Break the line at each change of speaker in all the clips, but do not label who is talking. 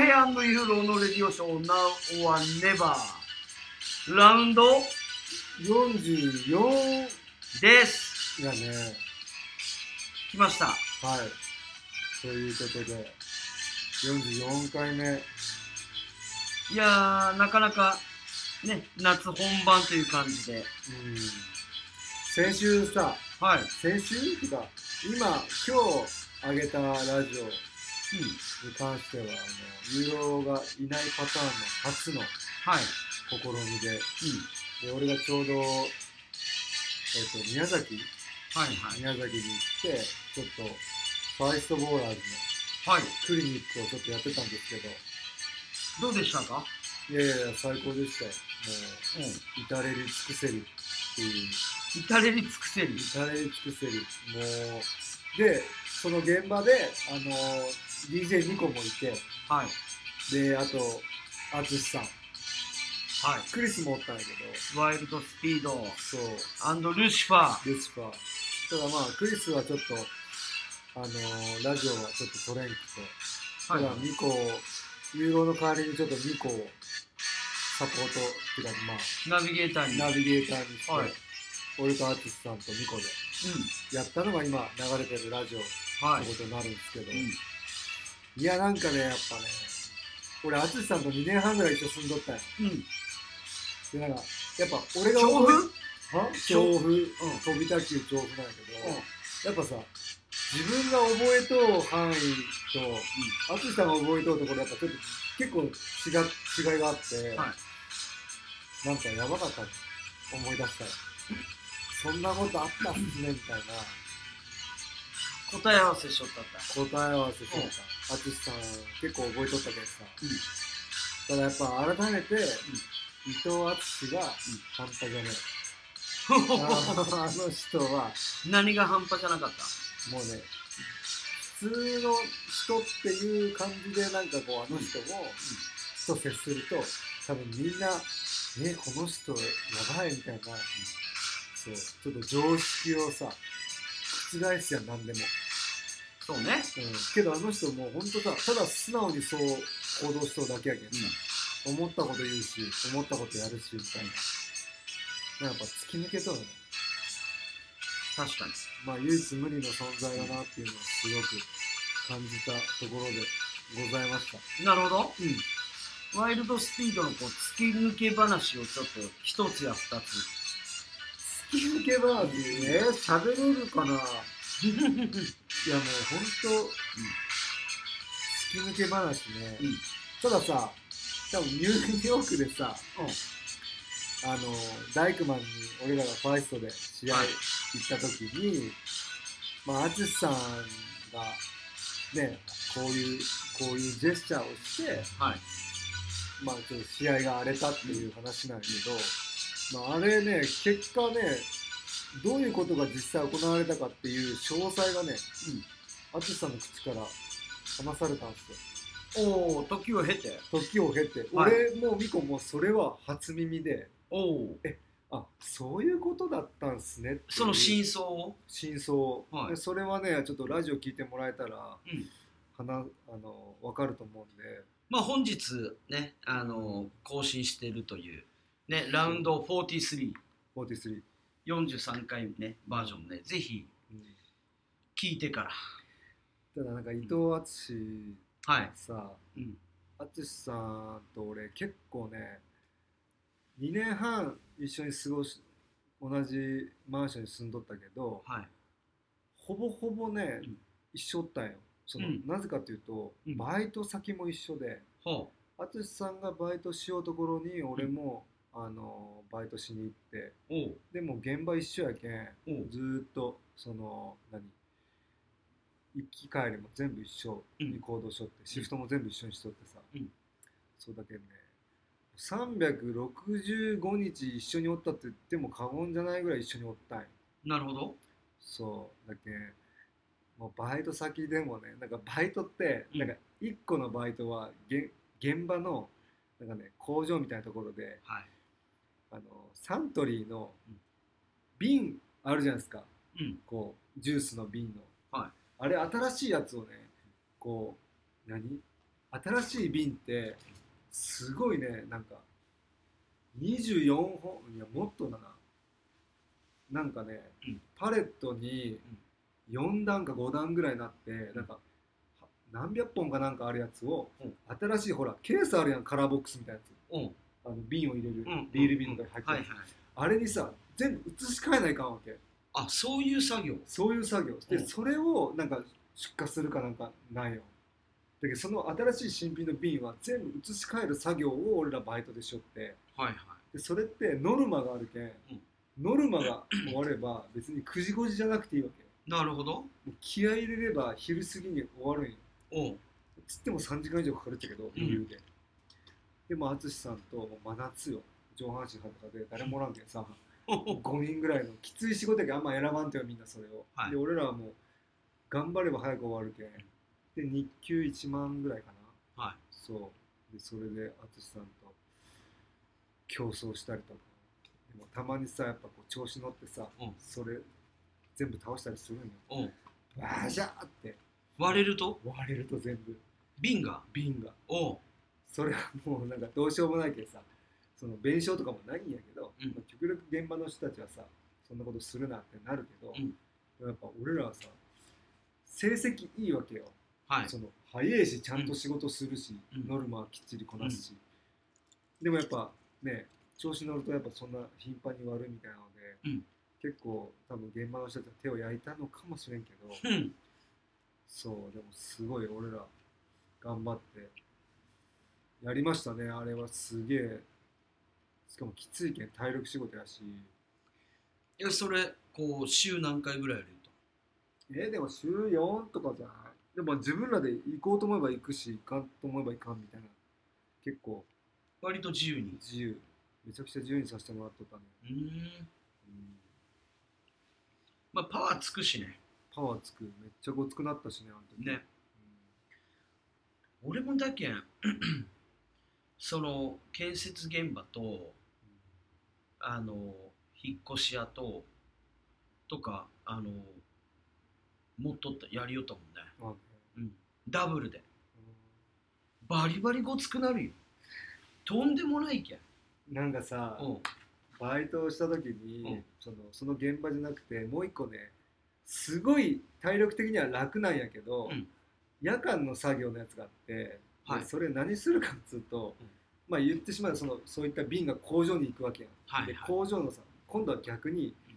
イアンドユーロのレディオショー Now or Never ラウンド
44
です
やね。
来ました
はい。ということで、44回目。
いやーなかなかね夏本番という感じで
うん先週さ
はい、
先週っていうか今今日上げたラジオに関してはあのユーロがいないパターンの初の
はい、
試みでで俺がちょうど、えっと宮崎
はいはい
宮崎に行ってちょっとファーストボーラーズの
はい
クリニックをちょっとやってたんですけど
どうでしたか
いやいやいや最高でしたよ
うん
もう至れり尽くせりっていう
至れり尽くせり
至れり尽くせりもうでその現場であの DJ2 個もいて
はい
であと淳さん
は
クリスもおったんやけど
いワイルドスピード
そう
アンドルシファー
ルシファーただまあクリスはちょっとあのラジオはちょっと取れんくてた
はい
だ2個融合の代わりにちょっと2個をサポートっていうかまあ
ナビゲーターに
ナビゲーターにして、
はい
俺と淳さんと2個で
う
やったのが今流れてるラジオっ
んはい
てことになるんですけど、
うん
いや、なんかね、やっぱね、俺、淳さんと2年半ぐらい一緒に住んどったんや。
うん
で、なんか、やっぱ俺が
調布
思いは調布、
ん
飛びた球調布なんやけど、やっぱさ、自分が覚えとう範囲と、淳、さんが覚えとうところ、やっぱちょっと結構違違いがあって、
は
なんかやばかったの思い出したら。そんなことあったっすね、みたいな
答え合わせしよったった
答え合わせしてた。淳、さん、結構覚えとったけどさ。
うん
ただやっぱ改めて、伊藤淳が半端じ ゃない、 あの人は
何が半端じゃなかった
もうね普通の人っていう感じでなんかこうあの人も、と接すると多分みんな「えこの人やばい」みたいな、そうちょっと常識をさ覆すやん何でも、
そうね
うん、けどあの人もうほんとさただ素直にそう行動しとうだけやけんさ、思ったこと言うし思ったことやるしみたいななんかやっぱ突き抜けとるね
確かに
まあ唯一無二の存在だなっていうのはすごく感じたところでございました
なるほど
うん
ワイルドスピードのこう突き抜け話をちょっと一つや二つ
突き抜けばね喋れ るかないやもうほんと突き抜け話ね、
うん
たださ多分ニューヨークでさ
う
あのダイクマンに俺らがファイストで試合
はい
行った時に、まあ淳さんがねこういうこういうジェスチャーをして、
んはい
まあ、ちょっと試合が荒れたっていう話なんやけど、まあ、あれね結果ねどういうことが実際行われたかっていう詳細がね淳さんの口から話されたんですよ
おお時を経て
時を経て、
はい
俺もミコもそれは初耳で
おお
あそういうことだったんすねっていう
その真相を
真相を、
はい
でそれはねちょっとラジオ聞いてもらえたら、
うん
かなあの分かると思うんで
まあ本日ねあのー更新してるというねラウンド4343
43、
回ねバージョンねぜひ
うん、
聞いてから
ただなんか伊藤淳
はい
さ
うん
淳さんと俺結構ね2年半一緒に過ごし同じマンションに住んどったけど
はい
ほぼほぼね、
うん
一緒おったんよその、
うん
なぜかというと、
うん
バイト先も一緒で
ほ
淳さんがバイトしようところに俺も、あのバイトしに行って
うおう
でも現場一緒やけん
おう
ずーっとその何行き帰りも全部一緒に行動しとって、シフトも全部一緒にしとってさ、
うん
そうだけどね365日一緒におったって言っても過言じゃないぐらい一緒におったんよ
なるほど
そうだけんもうバイト先でもねなんかバイトって、
うん
なんか1個のバイトはげ現場のなんかね工場みたいなところで
は
あのサントリーの
うん
瓶あるじゃないですか
いうん
こうジュースの瓶の、
はい
あれ新しいやつをねこう何新しい瓶ってすごいねなんか24本いやもっとだななんかね、
うん
パレットに4段か5段ぐらいになってなんかは何百本かなんかあるやつを、
うん
新しいほらケースあるやんカラーボックスみたいなやつ
うんうん
あの瓶を入れる、
うん
ビール瓶とかに
は
入ってる、
いはい
あれにさ全部移し替えないかんわけ
あそういう作業
そういう作業で、
うん
それをなんか出荷するかなんかないよだけどその新しい新品の瓶は全部移し替える作業を俺らバイトでしょって
はいはい
でそれってノルマがあるけん、
ん
ノルマが終われば別に9時5時じゃなくていいわけ
なるほど
もう気合い入れれば昼過ぎに終わるんよ
おう
つっても3時間以上かかるっちゃけど理由で、でも淳さんともう真夏よ上半身裸で誰もおらんけんさ、5人ぐらいのきつい仕事やけどあんま選ばんとよみんなそれを、
はい
で俺らはもう頑張れば早く終わるけんで日給1万ぐらいかな
はい
そうでそれで淳さんと競争したりとかでもたまにさやっぱこう調子乗ってさ、
うん
それ全部倒したりするんよ
おう
バシャーって
割れると
割れると全部
瓶が
瓶が
おう
それはもうなんかどうしようもないけどさその弁償とかもないんやけど、
うん
まあ極力現場の人たちはさそんなことするなってなるけど、
うん
でもやっぱ俺らはさ成績いいわけよ、
はい
その早いしちゃんと仕事するし、
うん
ノルマはきっちりこなすし、でもやっぱね調子乗るとやっぱそんな頻繁に割るみたいなの
う
で、
ん
結構多分現場の人たちは手を焼いたのかもしれんけど。
うん
そう、でもすごい俺ら頑張ってやりましたね、あれはすげえ。しかもきついけん、体力仕事やし。
いやそれこう週何回ぐらいやると
えーでも週4とかじゃないでも自分らで行こうと思えば行くし、行かんと思えば行かんみたいな。結構
割と自由に
自由。めちゃくちゃ自由にさせてもらっとったね。
うーん
うん
まあパワーつくしね
パワーつく。めっちゃごつくなったしね、あの時。
ね俺もだけん その建設現場とあの引っ越し屋ととかあの持っとったやりよったもんね、
うん。あね
うん、ダブルで
う
バリバリごつくなるよとんでもないけん
んなんかさ、
おう
バイトをした時に、
うん
そのその現場じゃなくてもう一個ねすごい体力的には楽なんやけど、
うん
夜間の作業のやつがあって、で
はい
それ何するかっつうと、
うん
まあ言ってしまえばそのそういった瓶が工場に行くわけやん、
はい
で
はい
工場のさ今度は逆に
うん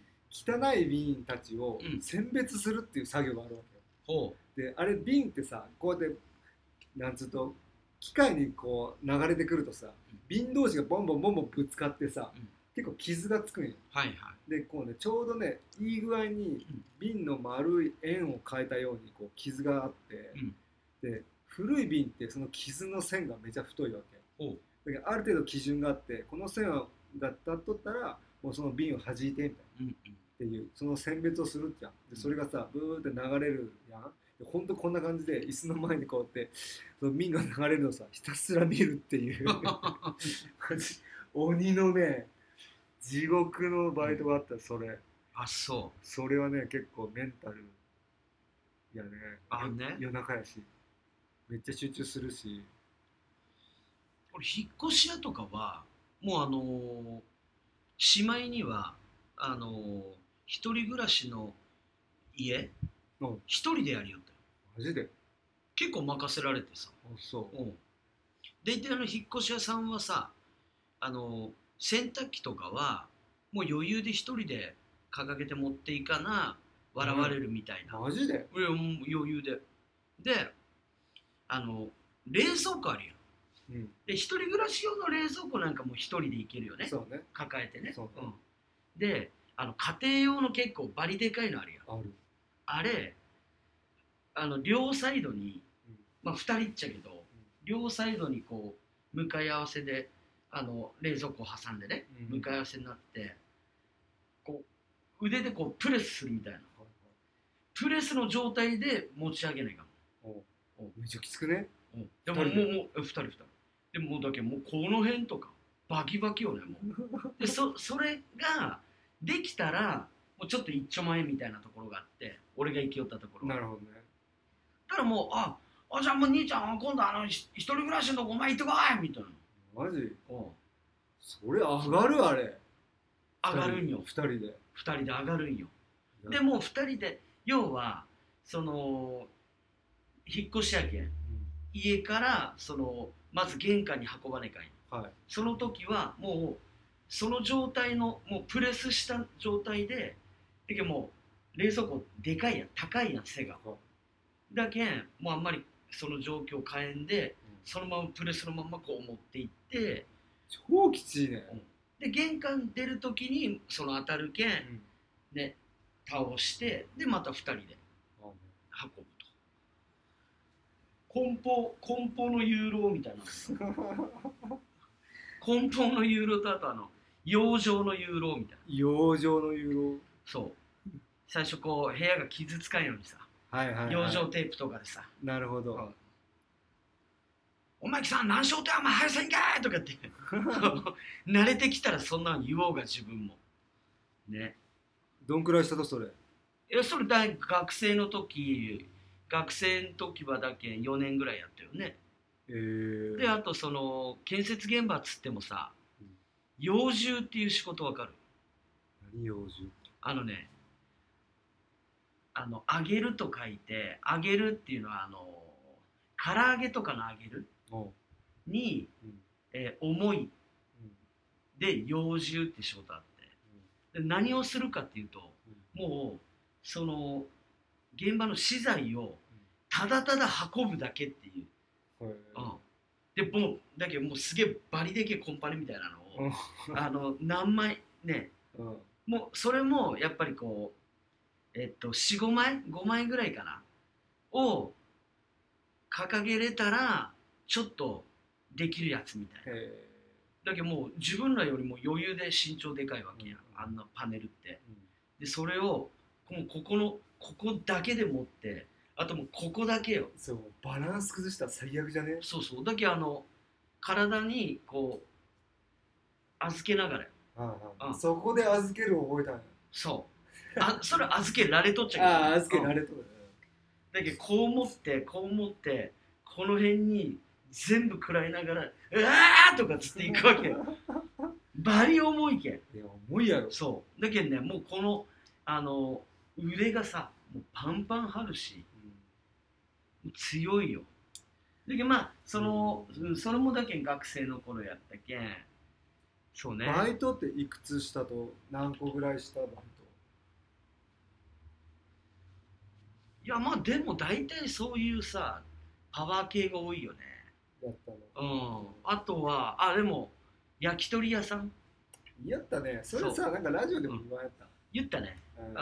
汚い瓶たちを
うん
選別するっていう作業があるわけ
ほ
よであれ瓶ってさこうやってなんつうと機械にこう流れてくるとさ瓶同士がボンボンボンボンぶつかってさ、
うん
結構傷がつくんよ
うはいはい
でこうねちょうどねいい具合に
うん
瓶の丸い円を変えたようにこう傷があって、
うん
で古い瓶ってその傷の線がめちゃ太いわ
ほう
けだからある程度基準があってこの線が立っとったらもうその瓶を弾いてみたいな
うんうん
っていうその選別をするじゃんでそれがさブーって流れるやんでほんとこんな感じで椅子の前にこうやってその瓶が流れるのをさひたすら見るっていうマジ鬼のね地獄のバイトがあったそれ
あそう
それはね結構メンタルやね
あのね
夜夜中やしめっちゃ集中するし
俺引っ越し屋とかはもうあのーしまいにはあのー一人暮らしの家
うん
一人でやりよったよ
マジで
結構任せられてさ
あそう
うん大体あの引っ越し屋さんはさあのー洗濯機とかはもう余裕で一人で掲げて持っていかな笑われるみたいな、
マジで
俺はもう余裕でであの冷蔵庫あるやん
うん
で一人暮らし用の冷蔵庫なんかもう一人でいけるよね
そうね
抱えてね
そうね
ん、であの家庭用の結構バリでかいのあるやん
ある
あれあの両サイドに、
うん
まあ、2人っちゃけど、両サイドにこう向かい合わせであの冷蔵庫を挟んでね
うん
向かい合わせになってこう腕でこうプレスするみたいな
はい
プレスの状態で持ち上げないか
はいお
お
めっちゃきつくね
も、うん、でも
二人
もうもう2人2人でもうだけどもうこの辺とかバキバキよねもう。 でそそれができたらもうちょっと一丁前みたいなところがあって俺が生きよったところ
な
だか
るほどね
らもうああじゃあもう兄ちゃん今度あのひ一人暮らしのとこお前行ってこいみたいな
マジ
お
それ上がるあれ
上がるんよ
2人で
2人で上がるんよ
いや
でもう2人で要はその引っ越しやけん家からそのまず玄関に運ばねえかい
はい
その時はもうその状態のもうプレスした状態でだけどもう冷蔵庫でかいやん高いやん背が
は
だけんもうあんまりその状況変えんで
うん
そのままプレスのままこう持っていって
超きちいね
で玄関出る時にその当たるけんね倒してでまた2人で
あもう
運ぶと梱包梱包のユーロみたい な梱包のユーロとあとあの養生のユーロみたいな
養生の誘導
そう最初こう部屋が傷つかんようにさ
はいはい、はい、
養生テープとかでさ
なるほど、
はい「お前さん何しようとお前早せんかい!」とか って 慣れてきたらそんなの言おうが自分もね
どんくらいしたとそれ
いやそれ大学生の時学生の時はだけ4年ぐらいやったよね
えー、
であとその建設現場っつってもさ
うん
幼獣っていう仕事わかる
何養生
あのねあの揚げると書いて揚げるっていうのはあの唐揚げとかの揚げる
おう、
に、
うん
えー思い
うん
で幼獣って仕事あってで何をするかっていうともうその現場の資材をただただ運ぶだけっていう
うんはい
うん、でもうだけどもうすげえバリでけえコンパネみたいなのを、
うん
あの何枚ね
うん
もうそれもやっぱりこうえっと45枚5枚ぐらいかなを掲げれたらちょっとできるやつみたいな
へ
だけどもう自分らよりも余裕で身長でかいわけや、ん
うん、
あんなパネルって
ーうん
でそれをもうここのここだけで持ってあともうここだけよ
そうバランス崩したら最悪じゃね
そうそうだけどあの体にこう預けながらよ
ああ
うん
そこで預ける覚えたんや
そうあそれ預けられとっちゃ
ああ預けら
れ
れとる
だけどこう持ってこう持ってこの辺に全部食らいながら「うわー!」とかつっていくわけ よバリ重いけん
いや重いやろ
そうだけどねもうこのあの腕がさもうパンパン張るし強いよだけどまあその、うん、それもだけん学生の頃やったけんそうね
バイトっていくつしたと何個ぐらいしたバイ
いやまあでも大体そういうさパワー系が多いよね
トやったの
うんあとはあでも焼き鳥屋さん
やったねそれ
そ
さなんかラジオでも言われた、
言ったね
うん
うん、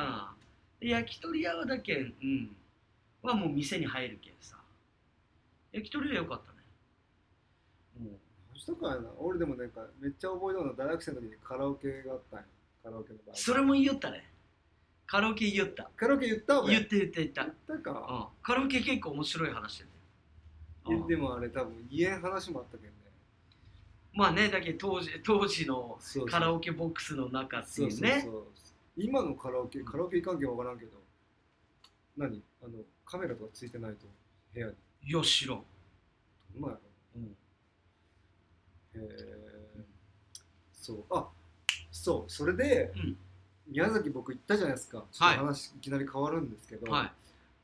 で焼き鳥屋はだけんうんはもう店に入るけんさ焼き鳥は良かったねも
そしたかやな俺でもなんかめっちゃ覚えたのは大学生の時にカラオケがあったんやカラオケのバイ
う
ト
それも言いよったねカラオケ言いよった
カラオケ言ったお前
言って言って言った、うん、
言ったか、
カラオケ結構面白い話して
い
て、
やでもあれ多分言えん話もあったけどね
まあねだけど当時当時の
そう
カラ
オ
オケボックスの中って
そ
いうう
そう
ね
そう今のカラオケカラオケ関係わからんけど何あのカメラとかついてないと部屋に
いや知らん、
どんなんやろ
うん
へえそうあそうそれで、
うん
宮崎僕行ったじゃないですかちょっと話、い、きなり変わるんですけど、
はい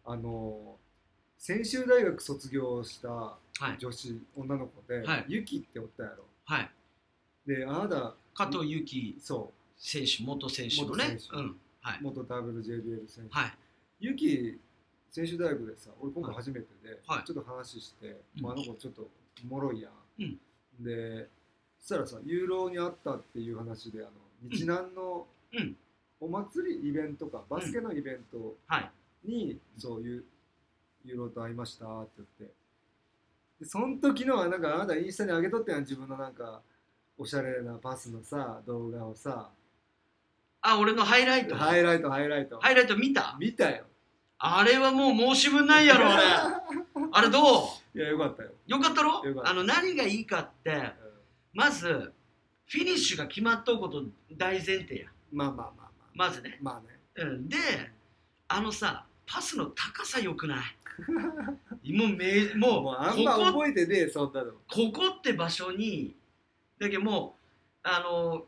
あの専修大学卒業した
はい
女子、女の子で、
はい
ユキっておったやろ
はい
であなた
加藤由紀
そ
選手元選手の
元選
ね
手
うんはい
う元 WJBL 選手、
はい
ユキ専修大学でさ俺今回
はい
初めてで、
はい
ちょっと話して、
うん
まあ、あの子ちょっとおもろいやん、
うん
でそしたらさユーロにあったっていう話であの日南の
うん
お祭りイベントかバスケのイベント
はい
に、
うん
そういうユーロと会いましたって言ってでその時のはなんかあなたインスタに上げとったやん自分のなんかおしゃれなパスのさ動画をさ
あ俺のハイライト
ハイライトハイライト、
ハイライト見た
見たよ
あれはもう申し分ないや ろあれあれどう
いやよかったよ、
よかったろ
よかった
あの何がいいかって
うん
まずフィニッシュが決まっとうこと大前提や
まあまあまあまあ
まずね、
まあね
うん、であのさパスの高さよくない もうめもう
もうあんま
ここ
覚えてねえそんなの
ここって場所にだけどもうあの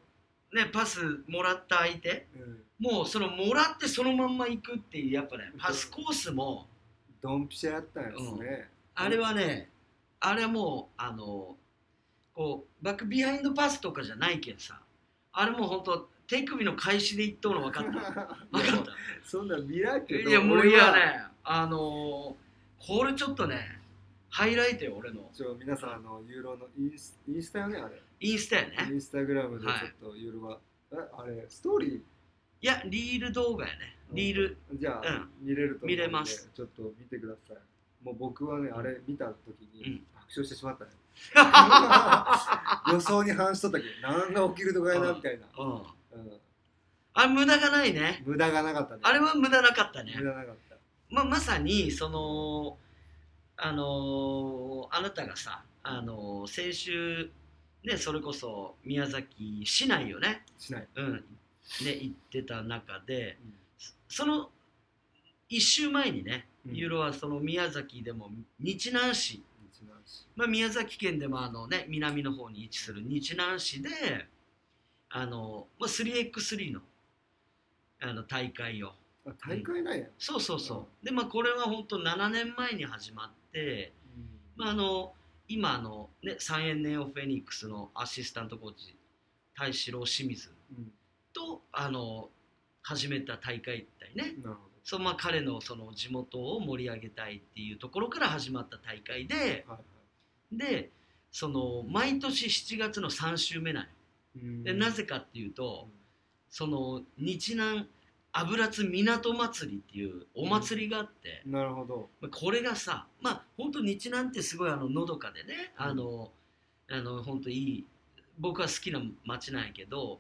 ねパスもらった相手
うん
もうそのもらってそのまんま行くっていうやっぱねパスコースも
ドンピシャやったんですね、
あれはねあれはもうあのこうバックビハインドパスとかじゃないけどさあれもう本当手首の返しでいっとうの分かった 分かっ
そんなん見らん
た
けど
いやもう
俺
いや
は
ねあのこれちょっとねハイライトよ俺の
ちょ皆さんあのユーロのインスインスタよねあれ
インスタやね
インスタグラムでちょっとユーロは、えあれストーリ
いやリール動画やねリール
ーじゃあ、
うん
見れると思うんで
見れます
ちょっと見てくださいもう僕はねあれ見た時
う
に
ん
爆笑してし まったね、予想に反しとったけど何が起きるとかやなみたいな、
うん
うん
あれ無駄がないね
無駄がなかったね
あれは無駄なかったね
無駄なかった
ままさにそのあのーあなたがさ、あのー先週ねそれこそ宮崎市内をね、
しない、
うん、で行ってた中で
うん
そその1週前にね、
うん
ユーロはその宮崎でも日南市、
日南市
まあ、宮崎県でもあの、ね、南の方に位置する日南市であの、まあ、3x3 のあの大会を
あ大会なんや、
そうそうそう、でまあこれは本当7年前に始まって、まあ、あの今あの、ね、サンエンネオフェニックスのアシスタントコーチ大志郎清水
うん
とあの始めた大会だよね
なるほ
そう、まあ、彼のその地元を盛り上げたいっていうところから始まった大会で
ど、はいは
でその毎年7月の3週目なの
いうん
でなぜかっていうと、
うん
その日南油津港祭りっていうお祭りがあって、
なるほど
まあこれがさまあ本当日南ってすごいあののどかでねあの、あの本当いい僕は好きな街なんやけど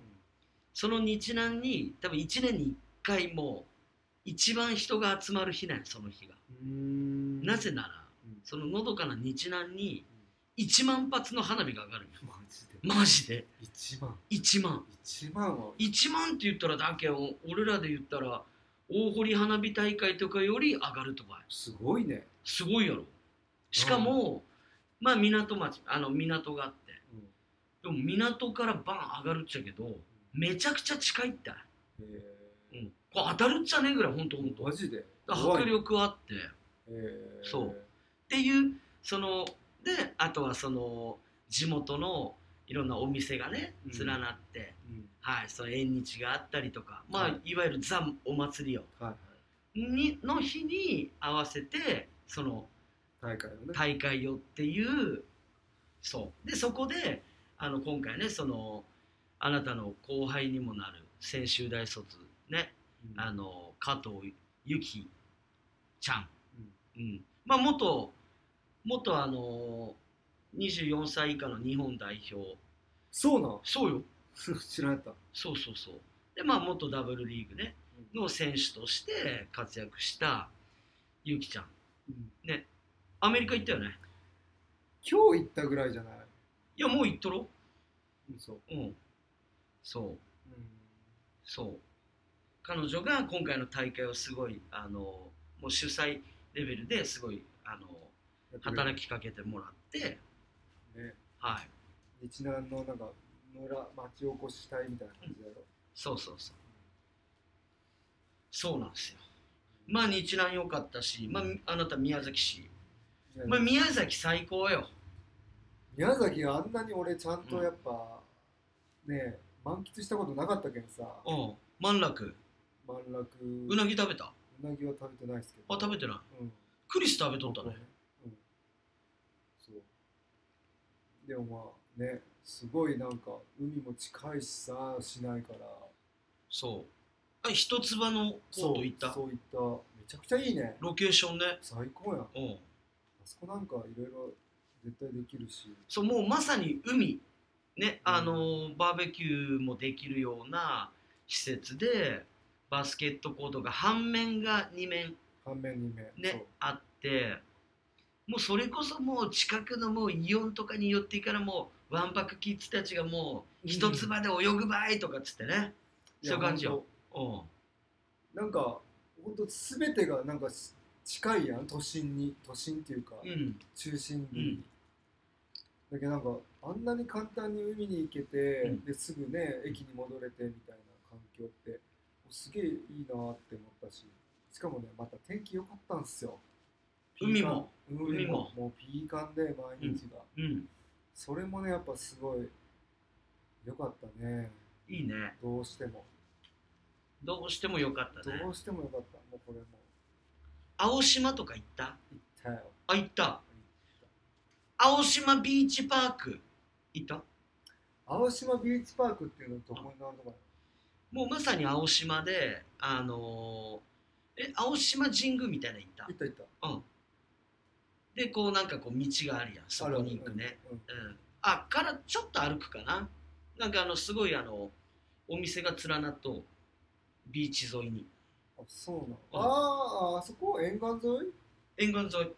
その日南に多分1年に1回もう一番人が集まる日なんやその日が、
うん
なぜなら
うん
そののどかな日南に1万発の花火が上がるんよ
マジで
マジで
一番
1万
一番は
1万って言ったらだけど俺らで言ったら大堀花火大会とかより上がるとかや
すごいね、
すごいやろしかも、まあ港町あの港があってでも港からバン上がるっちゃけどめちゃくちゃ近いって、
へ
う
え
ん、これ当たるっちゃねえぐらいほんとほんと
マジで
迫力あってっ
怖いへえ
そうていうそのであとはその地元のいろんなお店がね
うん
連なって、
うん
はいその縁日があったりとかまあ、、
はい
わゆるザお祭りよ
はい
にの日に合わせてその
はい大会をね
大会よっていうそうでそこであの今回ねそのあなたの後輩にもなる専修大卒ね
うん
あの加藤由紀ちゃん、
うん
うんまあ、元元あの24歳以下の日本代表
そうなの
そうよ
知らんやった
そうそうそうでまあ元ダブルリーグねの選手として活躍した由紀ちゃん
うん
アメリカ行ったよね
今日行ったぐらいじゃない
いやもう行っとろ
うんそう
うんそう
うん
そう彼女が今回の大会をすごいあのもう主催レベルですごいあの
やってくれ
働きかけてもらって、
ね
はい、
日南のなんか村町おこし隊みたいな感じだろ
そうそうそうそうなんですよまあ日南良かったし、まあ、あなた宮崎市、
ね
まあ、宮崎最高よ
宮崎があんなに俺ちゃんとやっぱね満喫したことなかったけんさ
うん満楽
満楽
うなぎ食べたあ
うなぎは食べてないですけど
食べてない
うん
クリス食べとったね
うん、そうでもまあねすごいなんか海も近いしさ市内から
そうあ一つ葉のコート行った
そういっためちゃくちゃいいね
ロケーションね
最高やんあ
うん
そこなんかいろいろ絶対できるし
そうもうまさに海ね
うん
あのーバーベキューもできるような施設でバスケットコートが半面が2面
半面に面
ねあってもうそれこそもう近くのもうイオンとかに寄ってからもうわんぱくキッズたちがもう
うん
一つまで泳ぐばいとかっつってね、そ
や
ういう感じよ
ほんと
うん
なんか本当すべてがなんかし近いやん都心に都心っていうか、
うん
中心部
う
に、
ん
だけどなんかあんなに簡単に海に行けて、
うん
ですぐね駅に戻れてみたいな環境ってすげえいいなって思ったししかもねまた天気良かったんすよ
海も
ピーカン海
海
も
も
もうピーカンで毎日が、
うん
それもねやっぱすごい良かったね
いいね
どうしても
どうしてもよかったね
どうしても良かったもうこれも
青島とか行った
行ったよ
あ行った青島ビーチパーク行った
青島ビーチパークっていうのはどこになるのかな
もうまさに青島であのーえ青島神宮みたいなの行った
行った行った
うんでこうなんかこう道があるやんそこに行くね、
う
う
ん
ん、あからちょっと歩くかななんかあのすごいあのお店が連なっとビーチ沿いに
あそうなのあーあそこ沿岸沿い
沿岸沿い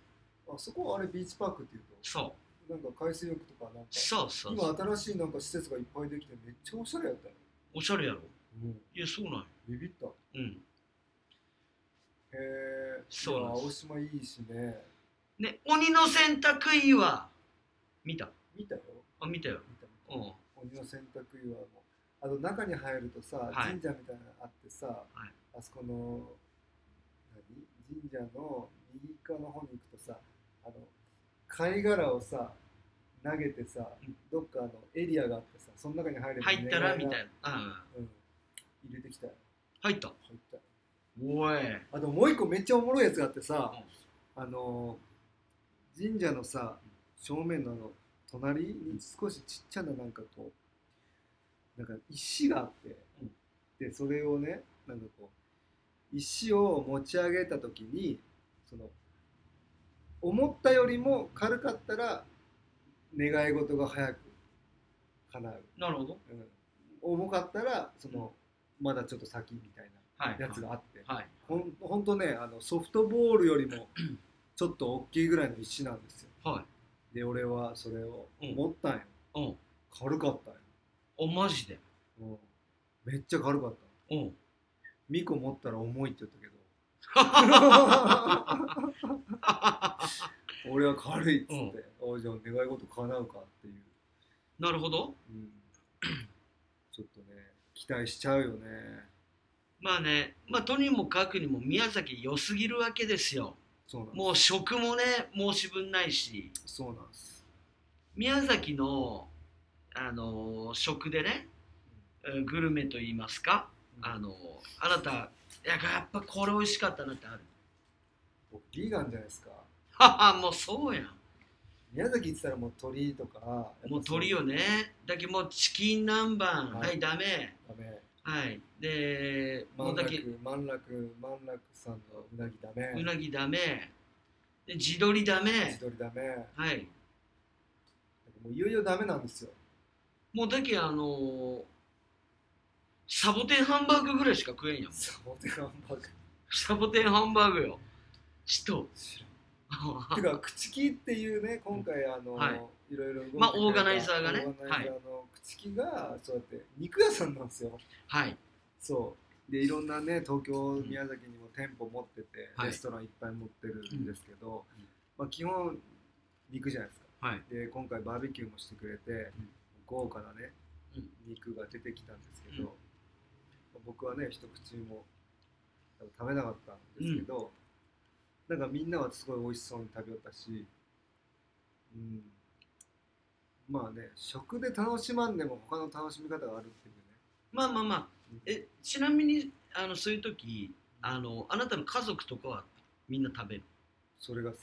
あそこあれビーチパークっていう
そう
となんか海水浴とかなんか
そうそうそう
今新しいなんか施設がいっぱいできてめっちゃおしゃれやったよ
おしゃれやろ
もう
いやそうなんよ
ビビったへ
うん
え
そうなんです
青島いいしね
ね鬼の洗濯衣は見た
見たよ
あ見たよ
見た見た
うんは
鬼の洗濯岩もあの中に入るとさ、
い
神社みたいなのあってさ、
い
あそこの何神社の右側の方に行くとさあの貝殻をさ投げてさ、
うん
どっかあのエリアがあってさその中に入れば
入ったら
願
み
が
たいなうん
うん、入れてきたよ
入った
入ったよ
おい
あでももう一個めっちゃおもろいやつがあってさ
うん、
あの神社のさ正面のあの隣に少しちっちゃななんかこうなんか石があって、
うん
でそれをねなんかこう石を持ち上げた時にその思ったよりも軽かったら願い事が早く叶う、
なるほど
うん重かったらその、まだちょっと先みたい
はい
なやつがあって、
はい
ほんほんとねあのソフトボールよりも ちょっと大きいぐらいの石なんですよ
は
で俺はそれを
うん
持ったんよ、
いうん
軽かったんよ、
おマジで
うんめっちゃ軽かった
うん
ミコ持ったら重いって言ったけ ど俺は軽いっつって、おいじゃあ願い事叶うかっていう、
なるほど
うんちょっとね期待しちゃうよね
まあね、まあ、とにもかくにも宮崎良すぎるわけですよ。
そうなん
もう食もね、申し分ないし、
そうなんです
宮崎の、あのー食でね、えーグルメと言いますか、
うん
あのーあなた、いややっぱこれ美味しかったなってある。
僕ビーガンじゃないですか
はは、もうそうやん。
宮崎行ってたらもう鳥とかやっぱ
もう鳥よね。だけどもうチキン南蛮、
は
はいい、ダメ。
ダメ
はい。で、も
満
うだけ、
楽満楽満楽さんのうなぎダメ
うなぎダメ。で、地鶏ダ
地
メ。
鶏ダメ
はい。
もういよいよダメなんですよ
もうだけあのーサボテンハンバーグぐらいしか食えんやもん
サボテンハンバーグ
サボテンハンバーグよちょっ
知ら
と
んてか口木っていうね今回あの、
はい
い、ろいろ動いてくれた
まあオーガナイザーがね
オーガナイザーの口木がそうやって肉屋さんなんですよ
はい
そうでいろんなね東京
ん
宮崎にも店舗持ってて、
はい
レストランいっぱい持ってるんですけど、
うん
まあ、基本肉じゃないですか
はい
で今回バーベキューもしてくれて、
うん
豪華なね、
うん
肉が出てきたんですけ
うん
ど、僕はね一口も食べなかったんですけど、なんかみんなはすごい美味しそうに食べよったし、うん、まあね食で楽しまんでも他の楽しみ方があるっていうね
まあまあまあえちなみにあのそういう時あのあなたの家族とかはみんな食べる
それがさ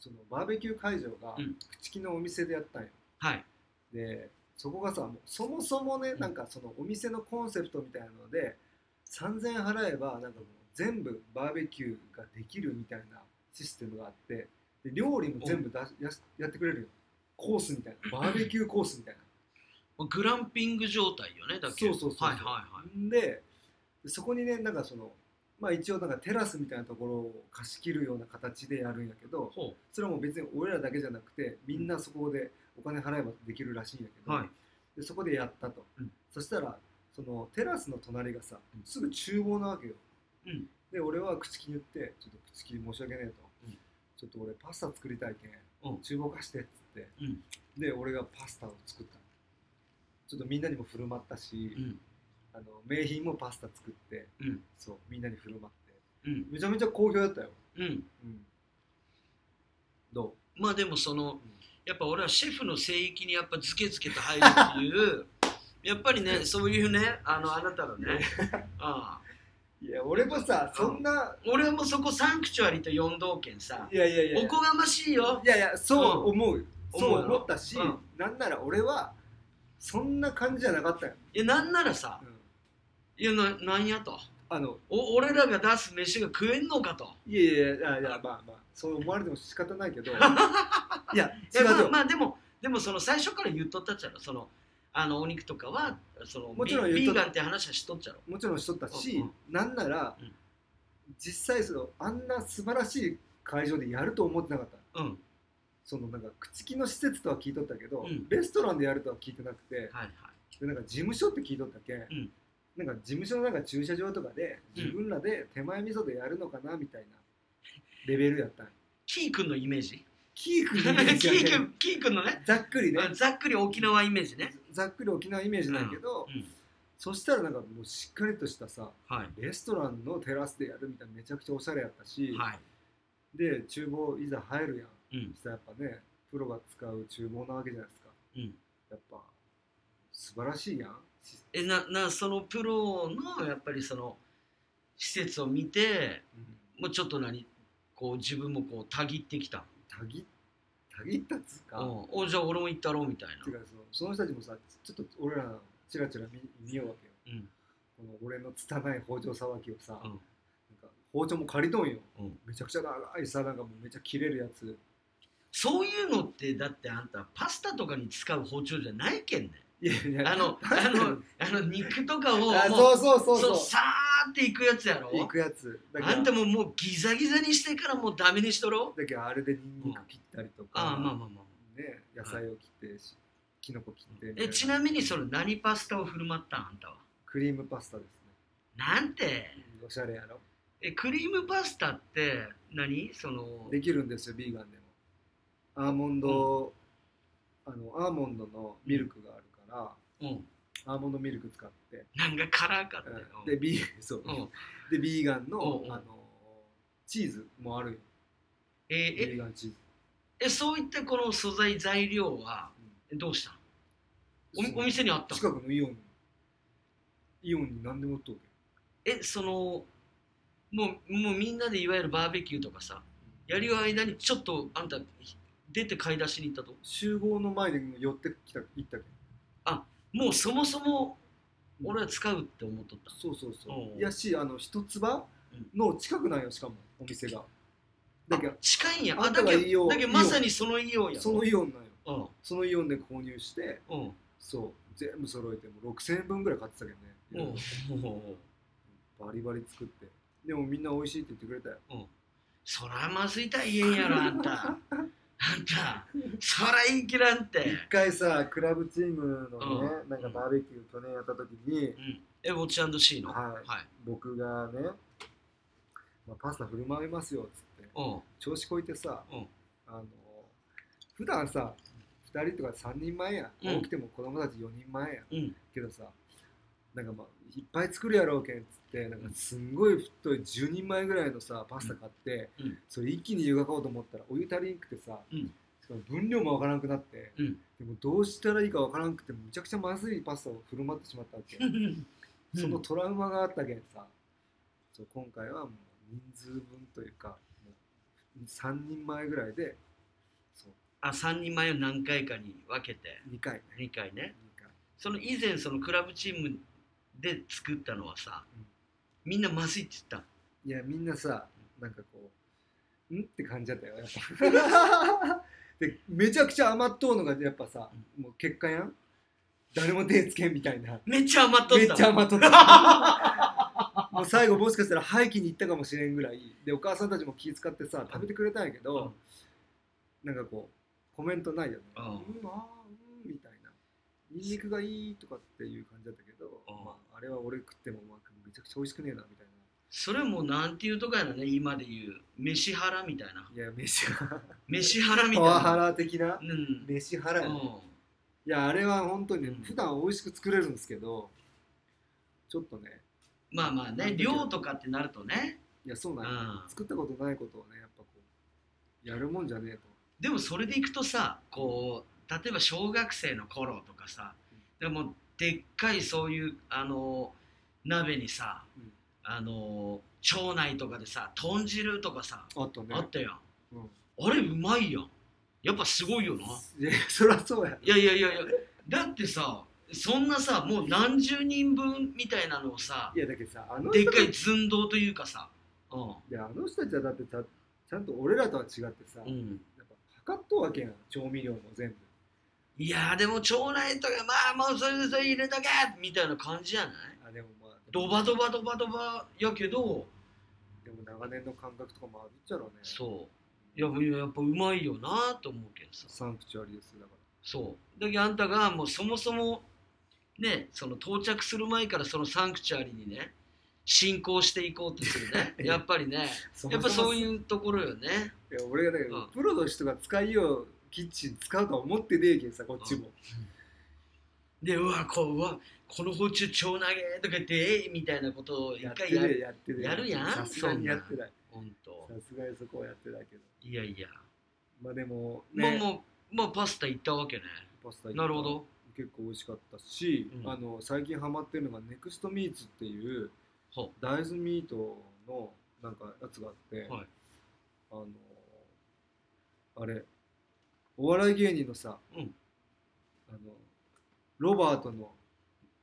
そのバーベキュー会場が
うん
口木のお店でやったんよ、
はい
でそこがさもうそもそもね
うん
なんかそのお店のコンセプトみたいなので3000円払えばなんかもう全部バーベキューができるみたいなシステムがあってで料理も全部だしやしやってくれるよコースみたいなバーベキューコースみたいな
もうグランピング状態よねだけ
そうそうそうそう
はいはいはい
でそこにねなんかそのまあ一応なんかテラスみたいなところを貸し切るような形でやるんやけど
ほ
それはもう別に俺らだけじゃなくてみんなそこでお金払えばできるらしいんやけ
う
ど、
はい
でそこでやったと、
うん
そしたらそのテラスの隣がさ
うん
すぐ厨房なわけよ、
ううん
で俺は口木に言って「ちょっと口木申し訳ねえと」
うん
ちょっと俺パスタ作りたいけん
うん
厨房貸して」っつって、
うん
で俺がパスタを作ったのちょっとみんなにも振る舞ったし、
うん
あの名品もパスタ作って
うん
そうみんなに振る舞って
うん
めちゃめちゃ好評だったよ、
うん
うん、ど
まあでもそうの、
うん
やっぱ俺はシェフの聖域にやっぱズケズケと入るって いうやっぱりねそういうねあのあなたのねああ
いや俺もさそんな、
俺もそこサンクチュアリと四道圏さ
いやいやいや
おこがましいよ
いやいやそう思う、
思う
そう
よ
思ったし、
うん
なんなら俺はそんな感じじゃなかったよ、
いやなんならさいやななんやと
あの
お俺らが出す飯が食えんのかと
いやいやいやいやまあまあそう思われても仕方な いけどいや
え
違う
まあ
よ、
まあでもでもその最初から言っとったっちゃろそのあのお肉とかはその
もちろん
ビ
言
ビ
っと
ー
っ
ガンって話はしとっちゃろ
もちろんしとったし、
うんうん
なんなら、
うん
実際そのあんな素晴らしい会場でやると思ってなかった
うん
そのなんか口木の施設とは聞いとったけど、
うん
レストランでやるとは聞いてなくて、
はいはい
でなんか事務所って聞いとったけ、
ん
なんか事務所のなんか駐車場とかで
うん
自分らで手前味噌でやるのかなみたいなレベルやったんよ
キー君のイメージ
キーク
キ
にイメージやね
ー君キー君のね
ざっくりね
あざっくり沖縄イメージね、
ざっくり沖縄イメージなんやけど、そしたらなんかもうしっかりとしたさ
はい
レストランのテラスでやるみたいなめちゃくちゃおしゃれやったし、
はい
で厨房いざ入るやん
うん
したらやっぱねプロが使う厨房なわけじゃないですか
うん
やっぱ素晴らしいやんし
えななそのプロのやっぱりその施設を見てもうちょっと何こう自分もこうたぎってきた
たぎたぎったっつうか、
うんおじゃあ俺も行ったろうみたいな
てかそのその人たちもさちょっと俺らのチラチラ見見ようわけよ
うん
この俺の拙い包丁さばきをさ、
うん
なんか包丁も借りとんよ、
うん
めちゃくちゃ長いさなんかもうめちゃ切れるやつ
そういうのってだってあんたパスタとかに使う包丁じゃないけんね
いやいや
あ のあのあの肉とかをもう
あそうそうそう
そ
そうう
さーっていくやつやろ
行くやつだ
あんたももうギザギザにしてからもうダメにしとろう
だけどあれでニンニク切ったりとか、
ああまあまあまあ
ね野菜を切ってし、キノコ切ってみたい
えちなみにそれ何パスタを振る舞ったんあんたは
クリームパスタです
なんて
ねおしゃれやろ
えクリームパスタって何その
できるんですよビーガンでもアーモンド、あのアーモンドのミルクがあるから、
うん
アーモンドミルク使って、
なんか辛かったよ
うんでビー そう、
うん
でビーガンの、
うんうん
あのチーズもあるよ
え
ビ
え
ーガンチーズ、
えそういったこの素材材料はどうした
うん
のおお店にあったの
近くのイオンイオンに何でも売っとる
えそのもうもうみんなでいわゆるバーベキューとかさやり合う間にちょっとあんた出て買い出しに行ったと
集合の前で寄ってきた行ったけ
もうそもそも俺は使うって思っとった
そうそうそ
おう
ういやしあの一つ葉の近くなんよしかもお店がだけど
近いんや
あ
あ
ん
だ
たが
け
いいよ
どだけど
いいよ
まさにそのイオンや
そのイオンなんよ
うん
そのイオンで購入して
うん
そう全部揃えてもう6000円分ぐらい買ってたけどね
うんうん
バリバリ作ってでもみんな美味しいって言ってくれたよ
そらまずいたら言えんやろあんた あんたそら言い切らんって
一回さクラブチームのね、
うん
なんかバーベキュー去年やった時に
うんえウォッチ &C の
はい僕がね、まあ、パスタ振る舞いますよっつって
うん
調子こいてさ、
うん
あの普段さ2人とか3人前や、
うん
多くても子供たち4人前や
うん
けどさなんかまあいっぱい作るやろうけんっつってなんかすんごい太い10人前ぐらいのさパスタ買って、
うんうん
それ一気に湯がこうと思ったらお湯足りんくてさ、
うん
しかも分量もわからなくなって、
うん
でもどうしたらいいかわからなくてむちゃくちゃまずいパスタを振る舞ってしまったわけよそのトラウマがあったけんさ、そう今回はもう人数分というか、もう3人前ぐらいで、そう
あ3人前を何回かに分けて
2回ね、
2回ね
2回。
その以前そのクラブチームで作ったのはさ、
うん
みんなまずいって言っ
いや、みんなさ、なんかこう、んって感じだったよ、やっぱ。で、めちゃくちゃ余っとうのが、やっぱさ、もう結果やん。誰も手つけんみたいな。
ためっちゃ余っとった
めっちゃ余っとった。 もう最後もしかしたら廃棄に行ったかもしれんぐらいでお母さんたちも気遣ってさ食べてくれたんやけど、なんかこうコメントないよね
う
うんんあーうんみたいなニンニクがいいとかっていう感じだったけど、
うん
まあ、あれは俺食ってもまあめちゃくちゃ美味しくねえなみたいな
それもなんていうとかやのね今で言う飯腹みたいない
や飯原
飯腹みた
パ
い
ワ
な
ハラ的な
うん、
飯原や
う
ね
ん
いやあれは本当にね
うん
普段美味しく作れるんですけどちょっとね
まあまあ
な
ね
んだけど
量とかってなるとね、
いやそう
う
なんや
ん、
作ったことないことをねやっぱこうやるもんじゃねえと
でもそれでいくとさこう例えば小学生の頃とかさでもでっかいそういうあの鍋にさ
うん
あの町内とかでさ豚汁とかさ
あったね
あったやん
うん
あれうまいやんやっぱすごいよない
やそりゃそうや
いやいやいやいやだってさそんなさもう何十人分みたいなのをさ
いやだけどさあの
でっ
人
か
たち
い寸胴というかさう
いやあの人たちはだってちゃちゃんと俺らとは違ってさ、
ん、うん、
やっぱ測っとうわけやん調味料も全部
いやーでも町内とかまあもうそれでそれ入れとけみたいな感じじゃない
あでもまあ
ドバドバドバドバやけど
でも長年の感覚とかもあるっちゃろうね
そういやもうやっぱうまいよなと思うけどさ
サンクチュアリですよだか
そうだけどあんたがもうそもそもねその到着する前からそのサンクチュアリにね進行していこうとするねやっぱりね
らそ
やっぱそう
う
いうところよね
や俺がだけど、
うん
プロの人が使いようキッチン使うとは思ってねえけんさこっちも、
でうわこううわこの包丁超投げとか言ってえいみたいなことを一
やって
回や
ねえ
る
やってねえ
やるやん
さすがにやってない
本当
さすがにそこはやってないけど
いやいや、
まあでも
も
ね
うもうもうパスタいったわけね
パスタ
なるほど
結構美味しかったし、
うん
あの最近ハマってるのがネクストミーツっていう
ほ
大豆ミートのなんかやつがあって、
はい
あのあれお笑い芸人のさ、
うん
あのロバートの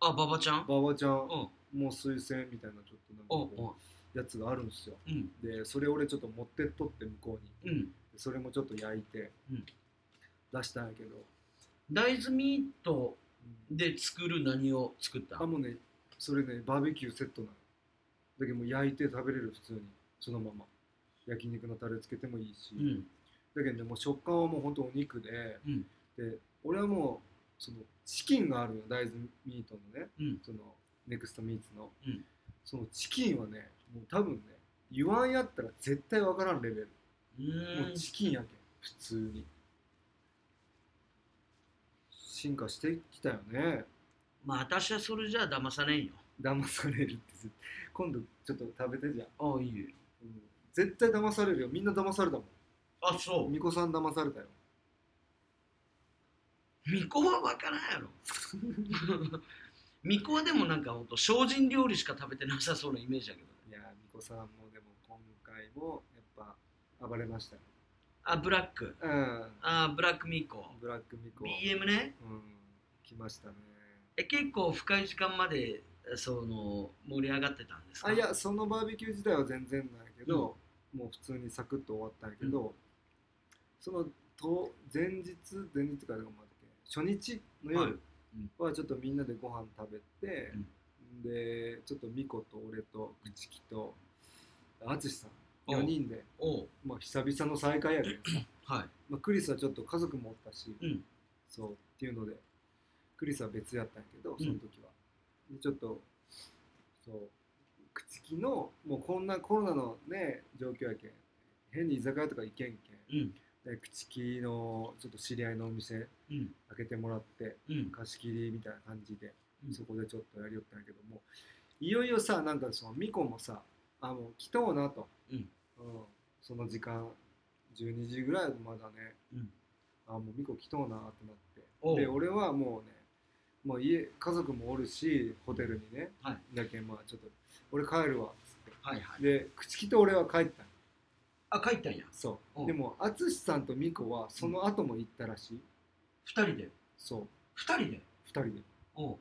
あ馬場ちゃん
馬場ちゃん
うん
も推薦みたいなちょっとなんか
お
こうやつがあるんですよ
うん
でそれ俺ちょっと持ってっとって向こう
う
に、
ん
でそれもちょっと焼いて、
うん
出したんやけど、
大豆ミートで作る何を作った
あもうねそれねバーベキューセットなのだけどもう焼いて食べれる普通にそのまま焼肉のタレつけてもいいし、
うん
だけどねもう食感はもうほんとお肉で、
うん
で俺はもうそのチキンがあるよ大豆ミートのね
うん
そのネクストミーツの、
うん
そのチキンはねもう多分ね言わんやったら絶対わからんレベル、
う
も
ー
うんチキンやけん普通に進化してきたよね
まあ私はそれじゃあ騙さねんよ
騙されるって絶対今度ちょっと食べてじゃん、
ああいいよ
うん絶対騙されるよみんな騙されたも
あそ
ん巫女さん騙されたよ
う巫女は分からんやろ 巫女はでもなんかほんと精進料理しか食べてなさそうなイメージだけどね
いや巫女さんもでも今回もやっぱ暴れましたよ
あブラック
うん
あブラックミーコ
ブラック巫
BM
女
ね
うん来ましたね
え結構深い時間までその盛り上がってたんですか
あいやそのバーベキュー自体は全然ないけど、もう普通にサクッと終わったんやけど、そのと前日前日からまあ初日の夜、
はい
はちょっとみんなでご飯食べて、でちょっとミコと俺と口木と淳さん
おう
4人で、
おう
まあ、久々の再会やけどさ
はい
まあクリスはちょっと家族もおったし、
うん
そうっていうのでクリスは別やったんやけどその時は、でちょっとそう口木のもうこんなコロナのね状況やけん変に居酒屋とか行けんけ
うん
んで口木のちょっと知り合いのお店
うん
開けてもらって
うん
貸し切りみたいな感じで、
うん
そこでちょっとやりよったんやけどもいよいよさなんかそのミコもさあもう来とうなと、
うん
その時間12時ぐらいまだね、
うん
あもうミコ来とうなってな
お
っ
う
てで俺はもうねもう家家族もおるしホテルにね、
はい
だけんまあちょっと俺帰るわっつっ
はいはい
てで口木と俺は帰ったの
あ帰ったんや
そううんでも淳さんとミコはその後も行ったらしい、
二人で
そう
二人で
2人で
おう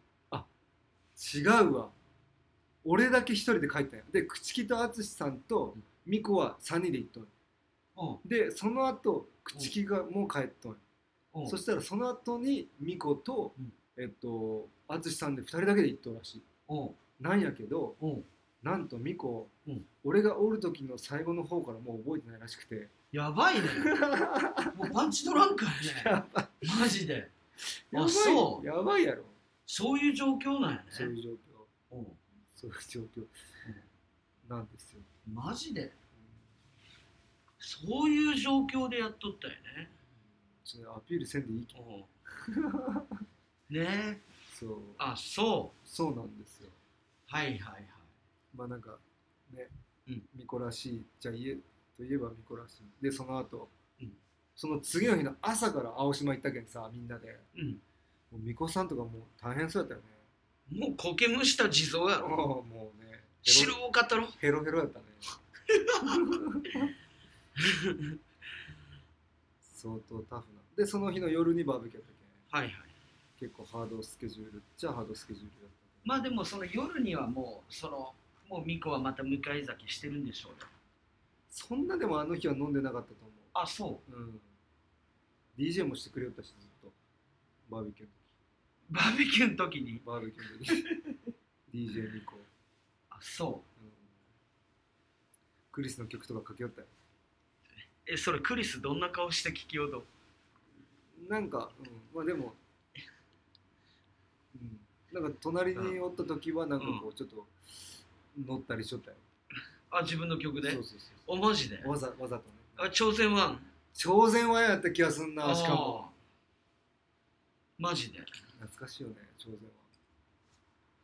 違うわ俺だけ一人で帰ったんやで朽木と淳さんと
うん
美子は3人で行っとんよ
おう
でその後朽木がもう帰っとんよ
おう
そしたらその後に美子と、
うん
えっと淳さんで2人だけで行っとるらしい
おう
なんやけど
おう
なんと美子、
うん
俺がおる時の最後の方からもう覚えてないらしくて
やば いねもうパンチドランカーやね
やばい
マジで
やばい
そう
やばいやろ
そういう状況なんや
そうい
ね
う状況
おう
そういう状況、なんですよ。
マジでそういう状況でやっとったよね
それアピールせんでいいけど。
うんねえ
そう。
あそ
そうなんですよ。
うはいはいはい
まあなんかね、
うん
ミコらしいじゃあ家といえばミコらしいでその後、
うん
その次の日の朝から青島行ったけんさみんなで
うん
もうミコさんとかもう大変そうやったよね
もう苔むした地蔵やろ
もうもうねヘ
白
ロ
多かったろ
ヘロヘロやったね相当タフなでその日の夜にバーベキューやった
はいはい
けん結構ハードスケジュールっちゃハードスケジュールだったけど
まあでもその夜にはもうそのもうミコはまた向かい酒してるんでしょうよ
そんなでもあの日は飲んでなかったと思う
あそ
うん。DJ もしてくれよったし、ずっと。バーベキュー
うバーベキューの時に
の時。バーベキューの時。DJ にこう、
あそ
うん。クリスの曲とかかけよったよ。
うえそれクリスどんな顔して聞きようと
なんか、うん。まあでも、うん。なんか隣におった時は、なんかこう、ちょっと、乗ったりしとったよ。
あ自分の曲で
そうそう
おマジで
そう。わざ、わざとね。
あ朝鮮ワン
朝鮮和やった気がすんな、しかも。
あーマジで
懐かしいよね、朝鮮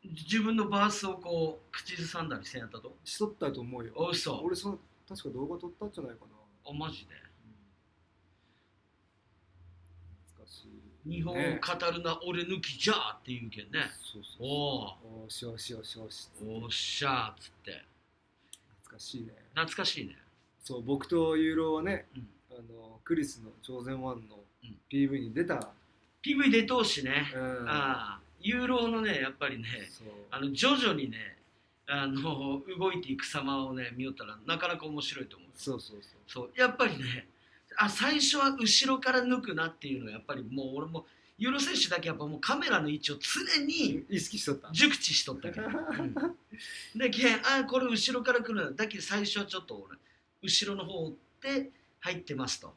和。
自分のバースをこう口ずさんだりせんやったと
しとったと思うよ。
おいしそう
俺、その、確か動画撮ったんじゃないかな。
おマジで
懐かしい。
日本を語
ね
るな俺抜きじゃーって言うけんね
そうそうそう。
お
おーしようしようしようし。
おおっしゃーっつって
懐かしいね。
懐かしいね
そう、僕とユーロはね、
うん
あのクリスの朝鮮ワンの
うん
PV に出た。
PV 出通しね
うん。
ああユーロのねやっぱりね
そう。
あの徐々にねあの動いていく様をね見よったらなかなか面白いと思う
そうそうそう。
そうやっぱりねあ最初は後ろから抜くなっていうのはやっぱりもう俺もユーロ選手だけやっぱもうカメラの位置を常に
意識しとった。
熟知しとったけど、うんでけんあこれ後ろから来るなだけど最初はちょっと俺後ろの方で入ってますと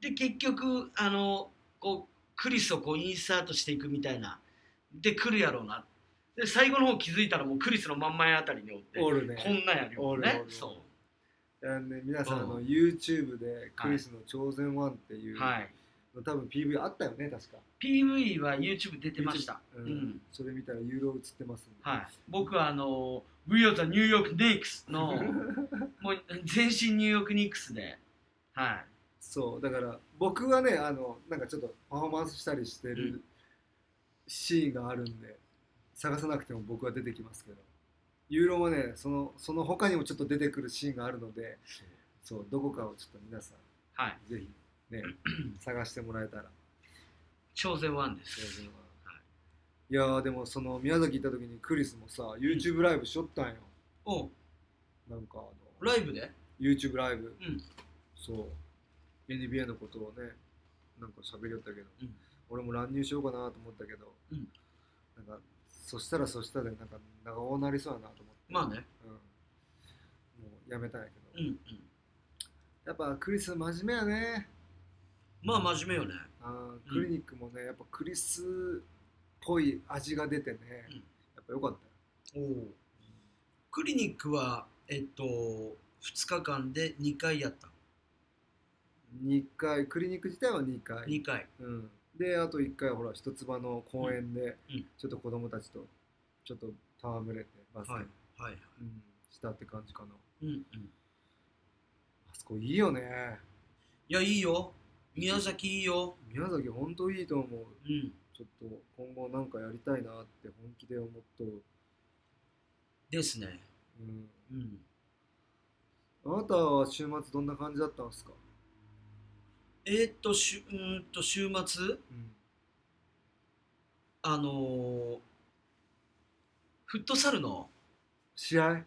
で結局あのこうクリスをこうインサートしていくみたいなで来るやろうなで最後の方気づいたらもうクリスの真ん前あたりにおって
おるね。
こんなんやりよね
おるおるおる
そ
あのね皆さん、あ
う
の
ん
YouTube でクリスの朝鮮ワンっていうう、
はい
の多分 PV あったよね、確か。
PV は YouTube 出てました、
うん
うん
それ見たらユーロ映ってますんで。
はい、僕はあの「We are the New York Knicks」の もう全身ニューヨークニックスで、は
そうだから僕はねあのなんかちょっとパフォーマンスしたりして
う
るシーンがあるんで探さなくても僕は出てきますけどユーロもねそのその他にもちょっと出てくるシーンがあるので
い、
そうどこかをちょっと皆さ
はい、
んぜひ ね探してもらえたら
朝鮮ワンです
当然は
はい
やーでもその宮崎行った時にクリスもさ YouTube ライブしよったんよ、
お
なんかあの
ライブで
YouTube ライブ、
うん
そう、NBA のことをね、なんか喋りよったけど、
うん
俺も乱入しようかなと思ったけど、
うん
なんか、そしたらそしたで、なんか、長尾なりそうやなと思って、
まあね
うん、もうやめたんやけ
う
ど、
んうん
やっぱクリス真面目やね、
まあ真面目よね
あークリニックもね、やっぱクリスっぽい味が出てね、
うん
やっぱよかったよ。
おおクリニックはえっと2日間で2回やった
2回、クリニック自体は2回。
2回
うん、であと一回ほら一つ葉の公園で
うんうん
ちょっと子供たちとちょっと戯れてバスケ、
はいはい
うん、したって感じかな
うんうん
あそこいいよね
いやいいよ宮崎いいよ
宮崎ほんといいと思う
うん
ちょっと今後なんかやりたいなって本気で思っとう、
ですね
うん、
うん
あなたは週末どんな感じだったんですか、
えーっとしゅうーんと週末
うん、
あのーフットサルの、
試合
はい、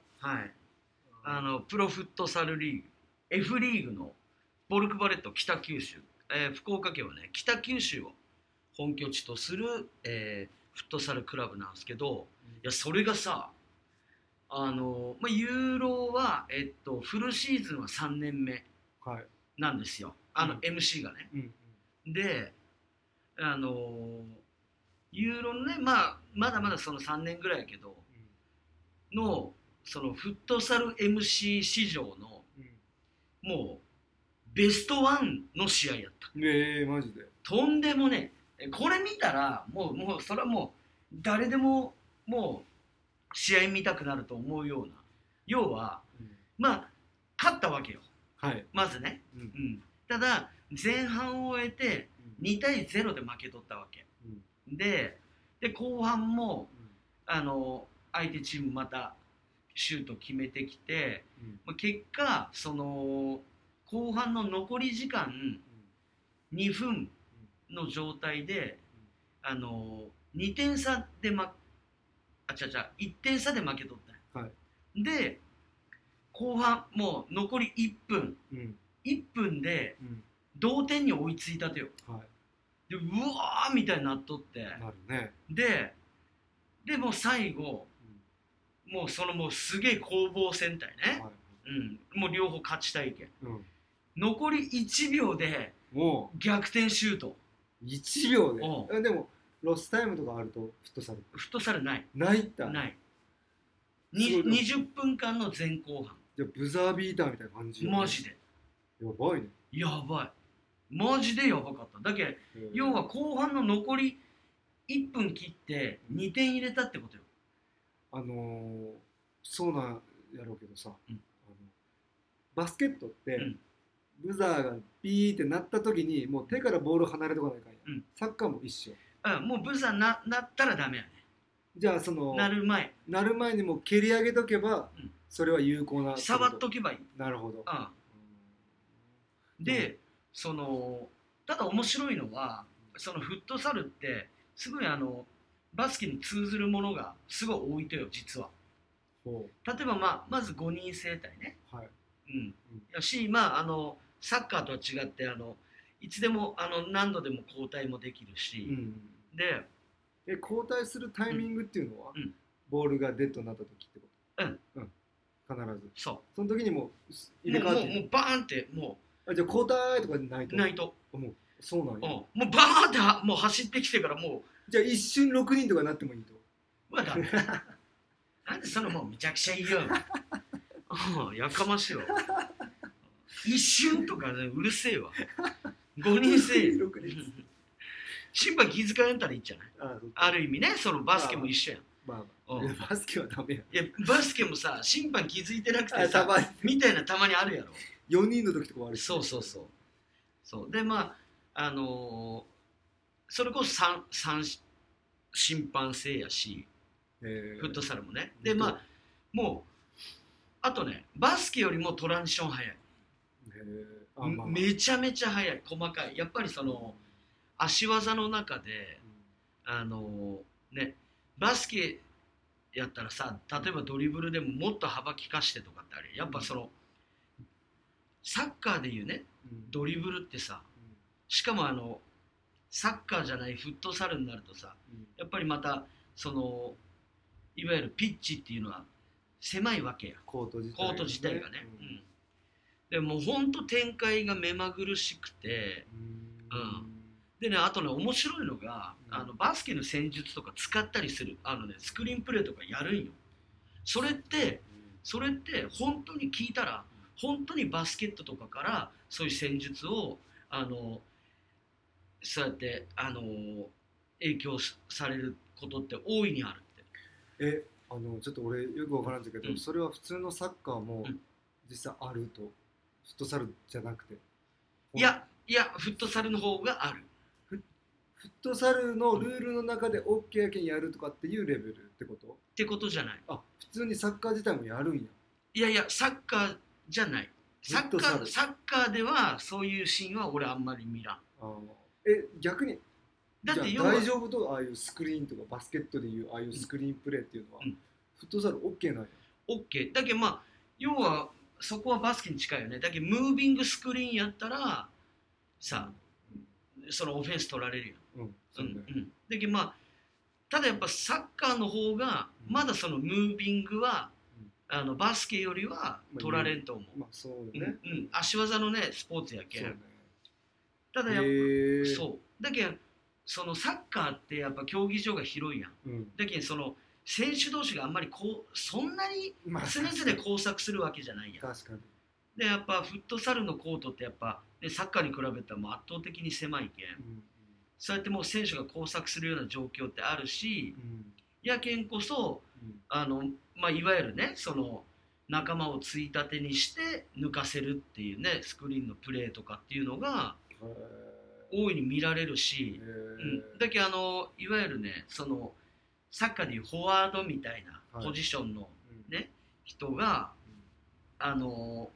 あのプロフットサルリーグ F リーグのボルクバレット北九州、えー福岡県はね北九州を本拠地とする、えーフットサルクラブなんですけどいやそれがさあのー、まあ、ユーロは、えっと、フルシーズンは3年目
はい、
なんですよあの
うん
MC がね。
うんうん、
であのーユーロのね、まあ、まだまだその3年ぐらいやけどのそのフットサル MC 史上の
う
もうベストワンの試合やった
ん、ええマジで
とんでもねえこれ見たらもうもうそれはもう誰でももう試合見たくなると思うような要はまあ勝ったわけよ
はい、
まずね、
うん
うん、ただ前半を終えて2対0で負け取ったわけ
うん
でで後半も
うん
あの相手チームまたシュート決めてきて、
うん
まあ、結果その後半の残り時間2分の状態で、あの2点差で、ま、あ違う違う1点差で負け取ったんや、
は
で後半もう残り1分
うんうん
1分で
うん
同点に追いついたとよ
は
でうわーみたいになっとって
いなるね、
ででもう最後もうそのもうすげえ攻防戦隊ね、
はい
うん、もう両方勝ちたいけん
うん、
残り1秒で
も
逆転シュート
う1秒で、
おう
えでもロスタイムとかあるとフットサル
フットサルない
ないった
ない
す
に
ごいな
20分間の前後半
じゃあブザービーターみたいな感じ
マジで
やばいね、
やばいマジでやばかっただけ
えー
要は後半の残り1分切って2点入れたってことよ
あのーそうなんやろうけどさ、
うん
あのバスケットって、
うん
ブザーがビーってなった時にもう手からボール離れとかないかんや、
うん
サッカーも一緒
うん、もうブザななったらダメやね
じゃあその
なる前
なる前にもう蹴り上げとけば、
うん
それは有効な
触っとけばいい、
なるほど、
う
う
ん、
ん
でそのただ面白いのはそのフットサルってすごいあのバスケに通ずるものがすごい多いとよ実は
ほ
例えば、まあ、まず5人制隊ね、
うはい
うん、やしまああのサッカーとは違ってあのいつでもあの何度でも交代もできる
う
し、
ん
で、
え交代するタイミングっていうのは、
うん
ボールがデッドになった時ってこと
うん、
うん、必ず
そ
その時にもうす
う
入れ替わっ
もうもう
て
もうバーンっても
あじゃあ交代とかないと
うないと、
あもうそうなん
うん、
や
もうバーンってはもう走ってきてからも
じゃあ一瞬6人とかになってもいいと
ううわダメ なんでそのもうめちゃくちゃいいようんやかましいわ一瞬とかねうるせえわ5人 制
6人
審判気遣えんたらいいんじゃない
あそっか
ある意味ねそのバスケも一緒やん
まあまあ、
うん
いやバスケはダメや
いやバスケもさ審判気づいてなくて
あ
さ
たまに
みたいなたまにあるやろ
4人の時とかはある
そうそうそうそうでまああのーそれこそ三三審判制やし
う、えー
フットサルもねでまあもうあとねバスケよりもトランジション早い、
えーあまあまあ
めちゃめちゃ早い細かいやっぱりその足技の中であのーねバスケやったらさ例えばドリブルでももっと幅利かしてとかってあれやっぱそのサッカーでいうね
うん
ドリブルってさしかもあのサッカーじゃないフットサルになるとさ
うん
やっぱりまたそのいわゆるピッチっていうのは狭いわけや
コート自体
コート自体がね、うん、でもうほんと展開が目まぐるしくて
うん
うでねあとね面白いのが、
うん
あのバスケの戦術とか使ったりするあのねスクリーンプレーとかやるんよそれってそれって本当に聞いたら本当にバスケットとかからそういう戦術をあのそうやってあの影響しされることって大いにあるって
えあのちょっと俺よくわからんだけど、
うん
それは普通のサッカーも
うん
実際あるとフットサルじゃなくて
いやいやフットサルの方がある
フットサルのルールの中で OK やけんやるとかっていうレベルってこと
ってことじゃない
あ普通にサッカー自体もやるんや
いやいやサッカーじゃないサッ
フット
カ
サ
ー
ル
サッカーではそういうシーンは俺あんまり見らん
あーえ逆に
だって
じゃ
要
あ
は
大丈夫とああいうスクリーンとかバスケットでいうああいうスクリーンプレーっていうのは、
うん
フットサル OK なんや
OK だけどまあ要はそこはバスケに近いよねだけどムービングスクリーンやったらさそのオフェンス取られるよ、
うん
う
そ
ん
う
う
ね
ん、だけどまあただやっぱサッカーの方が
うん
まだそのムービングは、
うん
あのバスケよりは取られんと思う、
まあそう
う
よね、
んうん、足技のねスポーツやけ
そうね
んただやっぱ
へー
そうだけどそのサッカーってやっぱ競技場が広いやん
うん
だけどその選手同士があんまりこうそんなに
まあ
常々交錯するわけじゃないやん
確かに
でやっぱフットサルのコートってやっぱ、ね、サッカーに比べたらもう圧倒的に狭いけん
うん
そうやってもう選手が交錯するような状況ってあるし
うん
やけんこそ
うん
あの、まあ、いわゆるねその仲間をついたてにして抜かせるっていうねスクリーンのプレーとかっていうのが
へ
大いに見られるし、
ー
うん、だけどあのいわゆるねそのサッカーでいうフォワードみたいな
はい
ポジションの
うん
ね人が、あの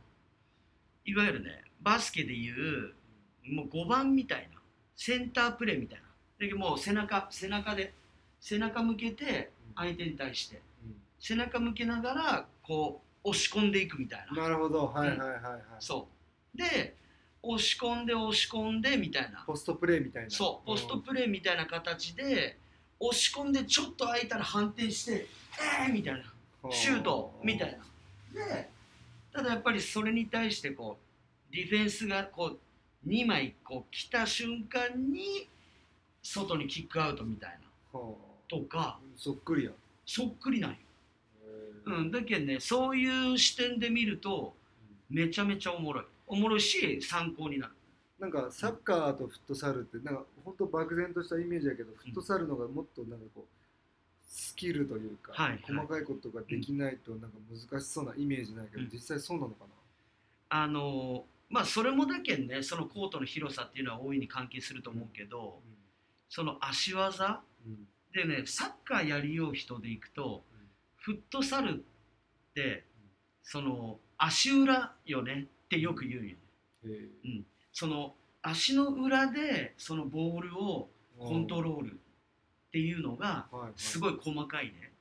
いわゆるねバスケでいうもう5番みたいなセンタープレーみたいなだけどもう背中背中で背中向けて
うん
相手に対して
う
背中向けながらこう押し込んでいくみたい
ん
な
なるほどはいはいはいはい
そうで押し込んで押し込んでみたいな
ポストプレーみたいな
そうポストプレーみたいな形で押し込んでちょっと空いたら反転してえーみたいな
うん
シュートみたいな。で、ただやっぱりそれに対してこう、ディフェンスがこう、2枚こう来た瞬間に、外にキックアウトみたいな。
は
とか
あ、そっくりや
そっくりなんよ。
うん
うん、だけどね、そういう視点で見ると、めちゃめちゃおもろい。おもろいし、参考になる。
なんかサッカーとフットサルってなんか本当漠然としたイメージやけど、フットサルのがもっとなんかこうスキルというか、
はいはい
細かいことができないとなんか難しそうなイメージないけど、
うん
実際そうなのかな、
あのーまあ、それもだけどね、そのコートの広さっていうのは大いに関係すると思うけど、その足技
うん
でね、サッカーやりよう人でいくと、フットサルってその足裏よねってよく言うんよ
うんへえ
その足の裏でそのボールをコントロールっていうのが
はいはい
すごい細かいね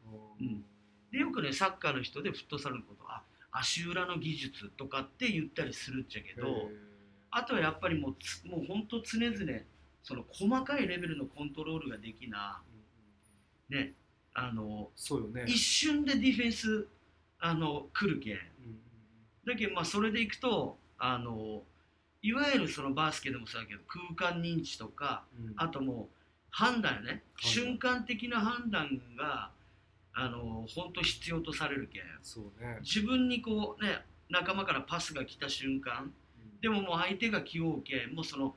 うんでよくねサッカーの人でフットサルのことあ足裏の技術とかって言ったりするっちゃけ
へえ
どあとはやっぱりもうつもうほんと常々その細かいレベルのコントロールができな
うん
ねあの
そうよね
一瞬でディフェンスあの来るけん
うん
だけどまあそれでいくとあのいわゆるそのバスケでもそうだけど空間認知とか
うん
あともう判断よね、
い
瞬間的な判断があの本当必要とされるけん
そうね
自分にこうね仲間からパスが来た瞬間で
も
ももう相手が気負うけんもうその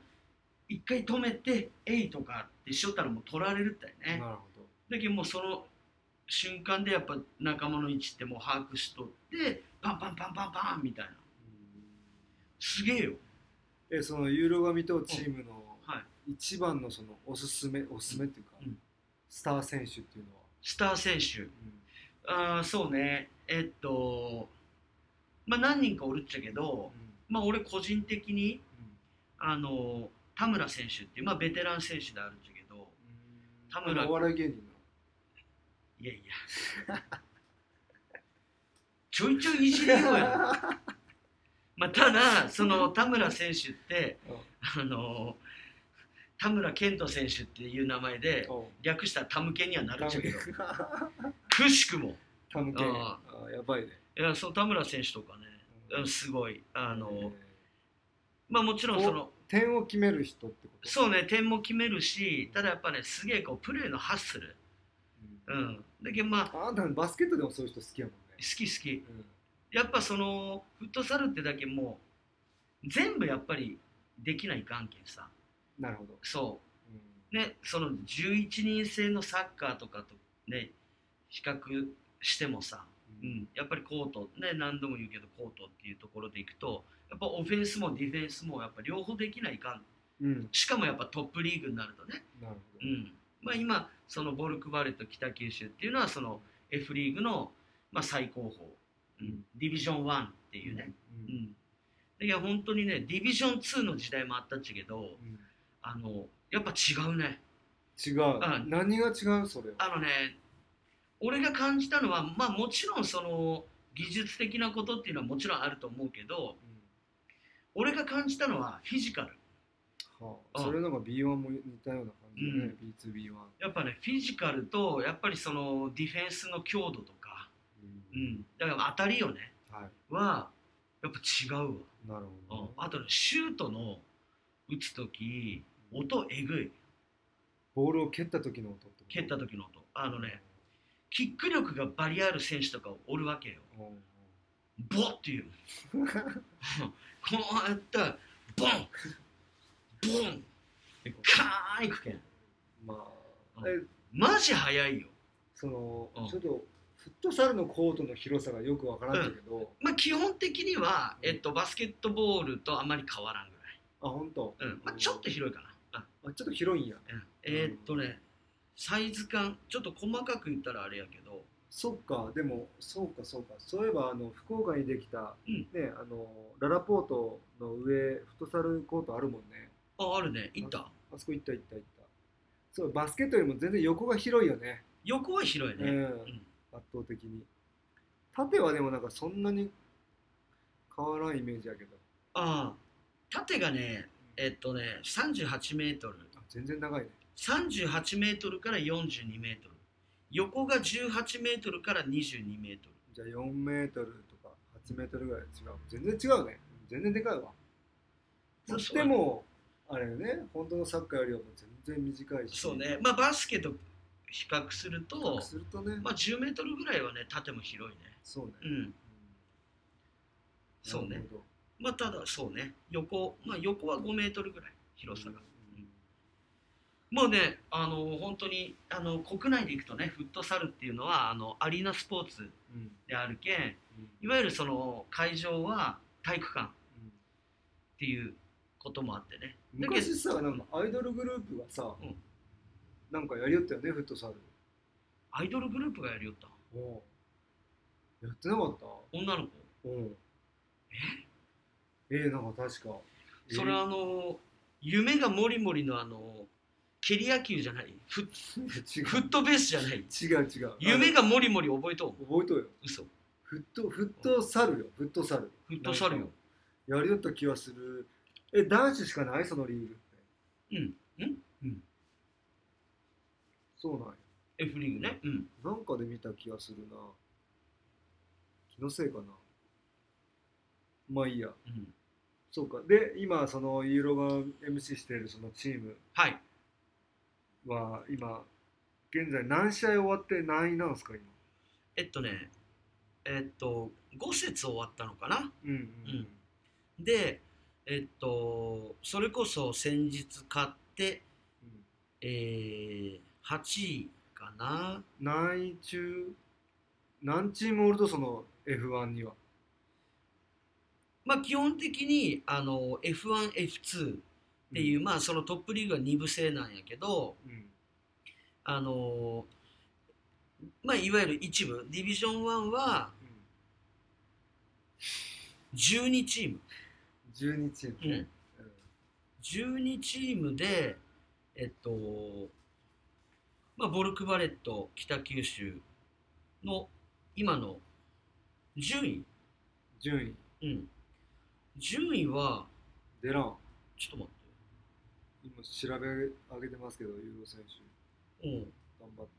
一回止めて「えい!」とかってしよったらもう取られるったよ
な
ね
るほど
だけどもうその瞬間でやっぱ仲間の位置ってもう把握しとってパンパンパンパンパンみたいなすげえよ
えそのユーロが見とチームの
はい、
一番のそのおすすめおすすめっていうか、
うん
スター選手っていうのは、
スター選手、あーそうね、えっと、まあ、何人かおるっちゃけど、まあ、俺、個人的にあの田村選手っていう、まあ、ベテラン選手であるっちゃけど、田村
あのお笑い芸人の
いやいや、ちょいちょいいじれようよ、まあ、ただ、その田村選手って、あの田村健人選手っていう名前で、
お
略したらタムケンにはなるっ
タ
ちゃ
ム
け
ケン
ど、くしくも、
タムケン
あ
あーやばいね
いやその田村選手とかね、うん、すごい。あの、
えー
まあもちろんその、
点を決める人ってこと
そうね、点も決めるし、ただやっぱね、すげえこう、プレーのハッスル。
う
うんん。だけどまあ、好
あんたバスケットでもそういう人好きやもんね
き好き。やっぱその、フットサルってだけもう、全部やっぱりできない関係さ。
うんなるほど
そ
うん
う。ね、その11人制のサッカーとかとね、比較してもさ、うん、やっぱりコート、ね、何度も言うけどコートっていうところでいくと、やっぱオフェンスもディフェンスもやっぱ両方できないかん。
うん
しかもやっぱトップリーグになるとね、
なるほ
う
ど
んまあ、今そのボルクバレと北九州っていうのはその F リーグのまあ最高峰、うん、ディビジョン1っていうね、
うん
うん、だけど本当にねディビジョン2の時代もあったっちゃけど
うん
あのやっぱ違うね
違う、
うん
何が違うそれは
あのね俺が感じたのはまあもちろんその技術的なことっていうのはもちろんあると思うけど俺が感じたのはフィジカル
うんは
う
あ、
ん
それなんか B1 も似たような感じでね、B2B1、
やっぱねフィジカルとやっぱりそのディフェンスの強度とか、うん、だから当たりよね
はい
はやっぱ違う
なるほ
わ、
どね、
あとねシュートの打つ時音えぐい
ボールを蹴った時の音ってこと
蹴った時の音あのねキック力がバリある選手とかおるわけよ。
うんうん
ボッっていうの。こうやったら、ボンボンでカーンいくけん。
まあ、
うん
え
マジ速いよ。
その、
うん
ちょっとフットサルのコートの広さがよくわからんだけど、
まあ、基本的には、
うん
えっと、バスケットボールとあまり変わらんぐ
あ本当、
らい。うん。まあ、ちょっと広いかな。
あちょっと広いんや
うんうんえーっとね、サイズ感、ちょっと細かく言ったらあれやけど、
そっかでもそうかそうかそういえばあの福岡にできた、
うん
ねあのララポートの上フットサルコートあるもんね
あ、あるね、いった。
あそこ行った行った行ったそうバスケットよりも全然横が広いよね
横は広いうね。
ん
うん
圧倒的に縦はでもなんかそんなに変わらんイメージやけど
ああ、縦がね、えっとね、38メートル。
あ全然長いね
38メートルから42メートル横が18メートルから22メートル
じゃあ4メートルとか8メートルぐらい違う全然違うね全然でかいわ
そう
そしてもうあれよね本当のサッカーよりはもう全然短いし
そうねまあバスケと比較する
比較
と
するとね、
まあ10メートルぐらいはね縦も広いね
そうね、
うんんそうね
なるほど
まあただそうね横まあ横は5メートルぐらい広さが
うん
もうねあの本当にあの国内で行くとねフットサルっていうのはあのアリーナスポーツ
うんうん
であるけん
うん
いわゆるその会場は体育館っ
うん
ていうこともあってねだけど
昔さなんかアイドルグループがさ、
うん
なんかやりよったよねフットサル
アイドルグループがやりよった
おうやってなかった
女の子
おうええなんか確か
それはあの夢がもりもりのあの蹴り野球じゃないフッ
えー違
フットベースじゃない
違う違う
夢が
あ
もりもり覚えとう
の覚えとうよ
嘘
フットフットサルよフットサル
フットサル
なん
よ
かやりよった気はするえ男子しかないそのリーグって
うんうんうん
そうなんや
F リーグねうん
なんかで見た気がするな気のせいかなまあいいや
うん
そうかで今そのイーロが MC しているそのチーム
はい
は今現在何試合終わって何位なんですか今
えっとねえっと5節終わったのかな
うん
うんでえっとそれこそ先日勝って
うん
えー、8位かな
何位中何チームおるとその F1 には
まあ基本的にあの F1F2 っていう、まあそのトップリーグは2部制なんやけど、
うん
あのーまあ、いわゆる一部ディビジョン1は
うん
12チーム、
12チームね、うん
12チームでえっとまあボルクバレット北九州の今の順位、
順位
うん、順位は
出らん
ちょっと待
今調べ上げてますけどユーロ選手
ってうんい
頑張って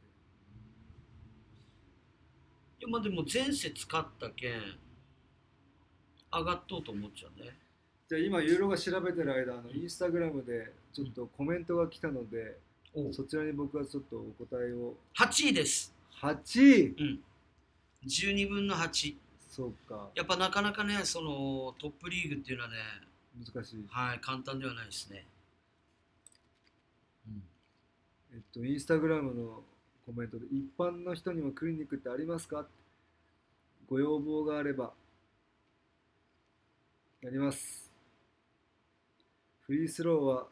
やまあでも前節勝ったけん上がっとうと思っちゃうね
じゃあ今ユーロが調べてる間あのインスタグラムでちょっとコメントが来たので、
お
そちらに僕はちょっとお答えを
8位です
8位
12分の8
そうか
やっぱなかなかね、そのトップリーグっていうのはね、
難しい
はい、簡単ではないですね。うん、
えっとインスタグラムのコメントで一般の人にもクリニックってありますかご要望があればやりますフリースローは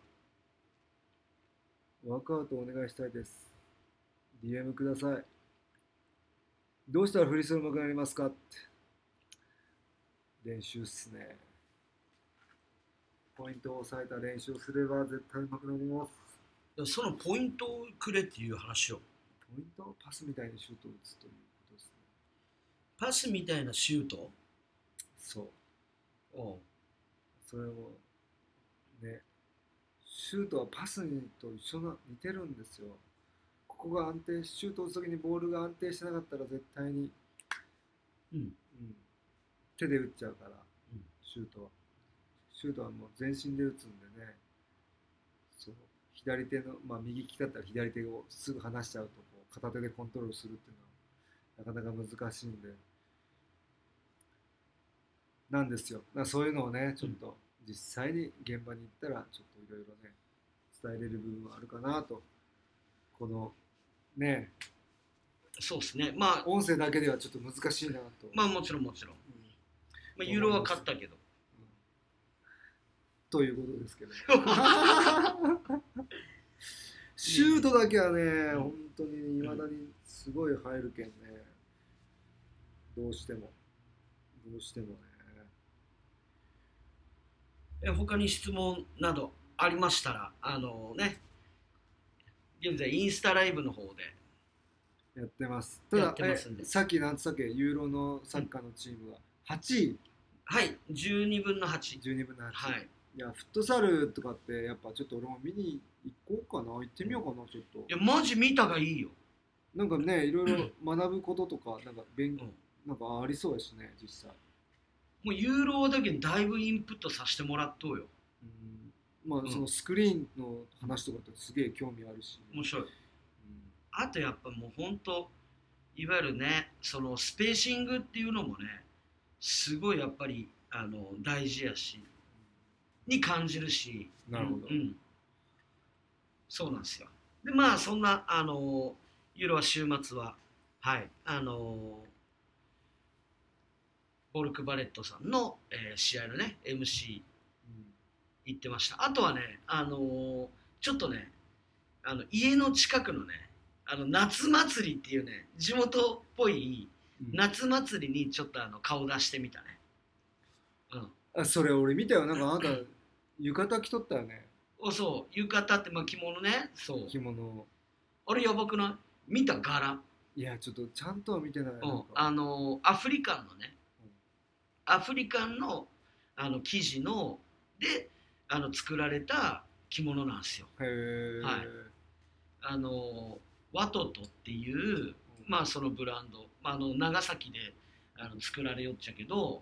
ワークアウトお願いしたいです DM くださいどうしたらフリースロー上手くなりますかって練習っすねポイントを抑えた練習をすれば絶対上手くなります
でもそのポイントをくれっていう話を、
ポイントパスみたいにシュートを打つということですね。
パスみたいなシュート
そう。
を、
それを、ね、シュートはパスにと一緒な、似てるんですよ。ここが安定し、シュートを打つときにボールが安定してなかったら絶対に、
うん、
うん、手で打っちゃうから、
うん
シュートは。シュートはもう全身で打つんでね、そう、左手の、まあ右利きだったら左手をすぐ離しちゃうと、こう片手でコントロールするっていうのは、なかなか難しいんでなんですよだからそういうのをねちょっと実際に現場に行ったらちょっといろいろね伝えれる部分はあるかなとこのね
そうですね。まあ、
音声だけではちょっと難しいなと、
まあもちろんもちろん。
うん
まあ、ユーロは勝ったけど。
ということですけ どシュートだけはね、
ん
本当にいまだにすごい入るけんねどうしてもどうしてもね
え他に質問などありましたら、あのね、現在インスタライブの方で、
やってますただ
やってますんで
えさっきなんつったっけユーロのサッカーのチームは8位
はい、12分の8。
12分の8、、
はいい。
やフットサルとかってやっぱちょっと俺も見に行こうかな行ってみようかなちょっと
いや、マジ見たがいいよ。
なんかねいろいろ学ぶこととかなんか
う
勉
ん
なんかありそうやしね実際
もうユーロだけにだいぶインプットさせてもらっとうよ。
うんまあ、
うん
そのスクリーンの話とかってすげえ興味あるし、
面白い。
うん
あとやっぱもう本当いわゆるねそのスペーシングっていうのもねすごいやっぱりあの大事やしに感じるし
なるほど
うんうんそうなんですよでまあそんなあのユーロは週末ははいあのボルク・バレットさんの、えー試合のね MC 行ってましたあとはねあのーちょっとねあの家の近くのねあの夏祭りっていうね地元っぽい
うん
夏祭りにちょっとあの顔出してみたねうん
あそれ俺見たよなんかあなた浴衣着とったよね
おそう浴衣ってまあ着物ねそう
着物
あれやばくない見た柄
いやちょっとちゃんとは見てない、
う
なんんか
あのーアフリカンのね
うん
アフリカンのあの生地のであの作られた着物なんですよ
へえ、
はいあのーワトトっていうまあそのブランド、まあ、あの長崎であの作られよっちゃけど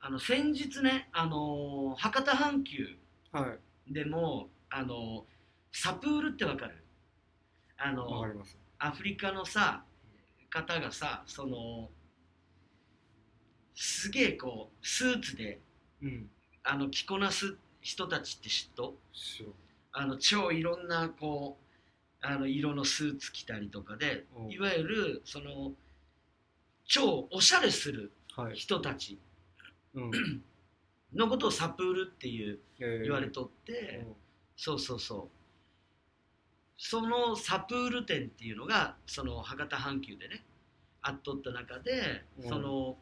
あの先日ね、あのー博多阪急
あはい
でも、あのーサプールってわかるあの
わ
ー
かります
アフリカのさ方がさそのすげえこうスーツで
うん
あの着こなす人たちって知っと
そう
あの超いろんなこうあの色のスーツ着たりとかで
うん
いわゆるその超おしゃれする
はい、
人たち
うん、
のことをサプールっていう言
言
われとって、そうそうそうそのサプール店っていうのがその博多阪急でねあっとった中で、
うん
その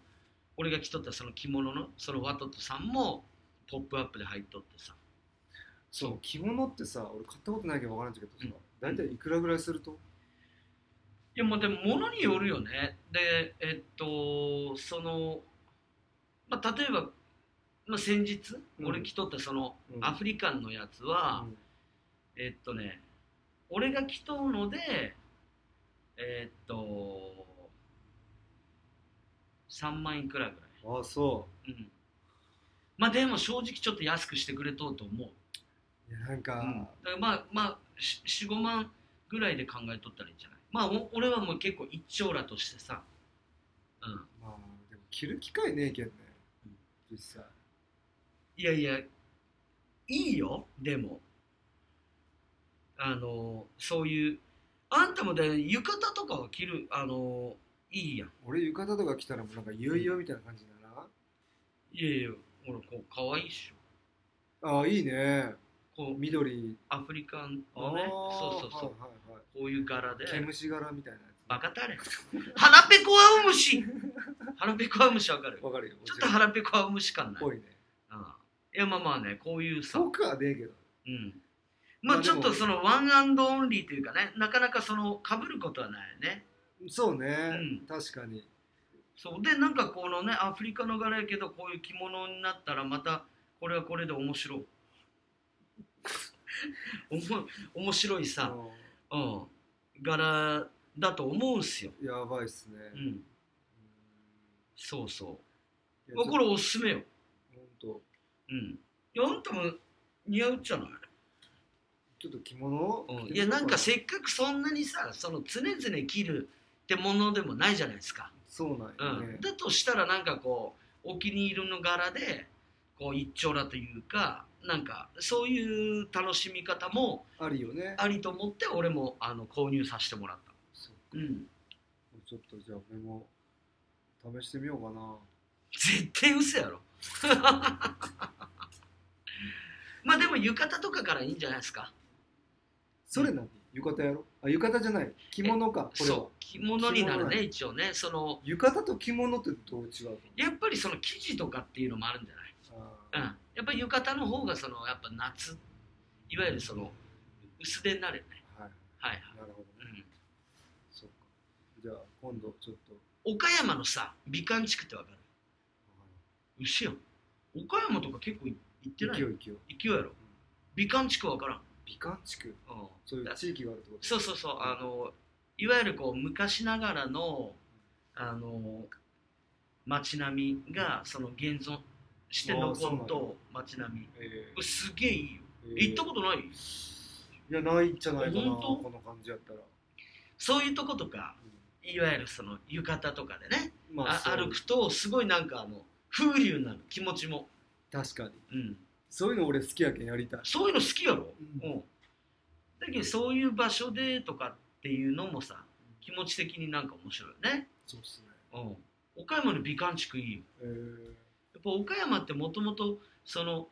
俺が着とったその着物のそのワトトさんも「ポップアップで入っとってさ
そう着物ってさ俺買ったことないけどわからんけどさ、
うん
大体いくらぐらいすると、
いやもうでも物によるよねでえっとその、まあ、例えば、まあ、先日
うん
俺着とったその
うん
アフリカンのやつは、
うん
えっとね俺が着とうのでえっと3万円くらいぐら
ああそ
い、うん、まあでも正直ちょっと安くしてくれとうと思う、
ういやなんか、
うんだからまあまあ45万ぐらいで考えとったらいいんじゃないまあお俺はもう結構一長羅としてさうん
まあでも着る機会ねえけんね
うん
実際
いやいやいいよでもあのそういうあんたもだ浴衣とかは着るあのいいやん
俺浴衣とか着たらもうなんかいよいよみたいな感じだな、
いやいやほらこう可愛いっしょ
ああいいね
こう
緑
アフリカンのね
ああ
そうそうそう、
はいはいはい
こういう柄で
毛虫柄みたいなやつ
バカたれ腹ペコアオムシ腹ペコアオムシわかるちょ
わかるよ
っと腹ペコアオムシ感ない、う
ぽ
ん、い
いね
やまあまあねこういうさ
僕はねえけど
うんまあ
まあ
ち
で
ょ
も
っとそのワンアンドオンリーというかねなかなかその被ることはないよね
そうね、
うん
確かに
そうでなんかこのねアフリカの柄やけどこういう着物になったらまたこれはこれで面白い おも面白いさ、
の
うん、柄だと思うんすよ、
やばいっすね、
う
い
ん、そうそう
や
まあこれおすすめよ、
ちょっとほんと
うん、いやあんたも似合うじゃない、
ちょっと着物を
うん、
着てみよう
いやなんかせっかくそんなにさその常々着るってものでもないじゃないですか、
そうな
う
んよ
ん
ね、
だとしたらなんかこうお気に入りの柄でこう一丁羅というかなんかそういう楽しみ方も
あるよね
ありと思って俺もあの購入させてもらった、
そっか
うん、
ちょっとじゃあ俺も試してみようかな
絶対嘘 やろまあでも浴衣とかからいいんじゃないですか
それ何浴衣やろあ浴衣じゃない着物かこれは
そう着物になる
着物な
ね一応ねその
浴衣と着物ってどう違うの
やっぱりその生地とかっていうのもあるんじゃない、
あー
うん、やっぱり浴衣の方がそのやっぱ夏いわゆるその薄手になるよね
はい
はいはい、
なるほど
う
ね
ん
そうかじゃあ今度ちょっと
岡山のさ美観地区ってわかる牛よ岡山とか結構い行ってない勢
勢
い
い勢い
やろ美観地区わからん、
美観地区
うん
そういう地域があるってこと
そうそうそうあのいわゆるこう昔ながらのあの街並みがその現存して残
あーそうな
っ
んだ
と街並み
え
すげえいいよ
ー
行ったことない
いやないんじゃないかな
本当
この感じやったら、
そういうとことかいわゆるその浴衣とかでね、
うんま
あ
そう
歩くとすごいなんかあの風流になる気持ちも、
確かに
うん、
そういうの俺好きやけんやりたい
そういうの好きやろ、
う
うんんだけどそういう場所でとかっていうのもさ気持ち的になんか面白いよね、
そうっすね
うん、岡山の美観地区いいよ
えー
やっぱ岡山ってもともとその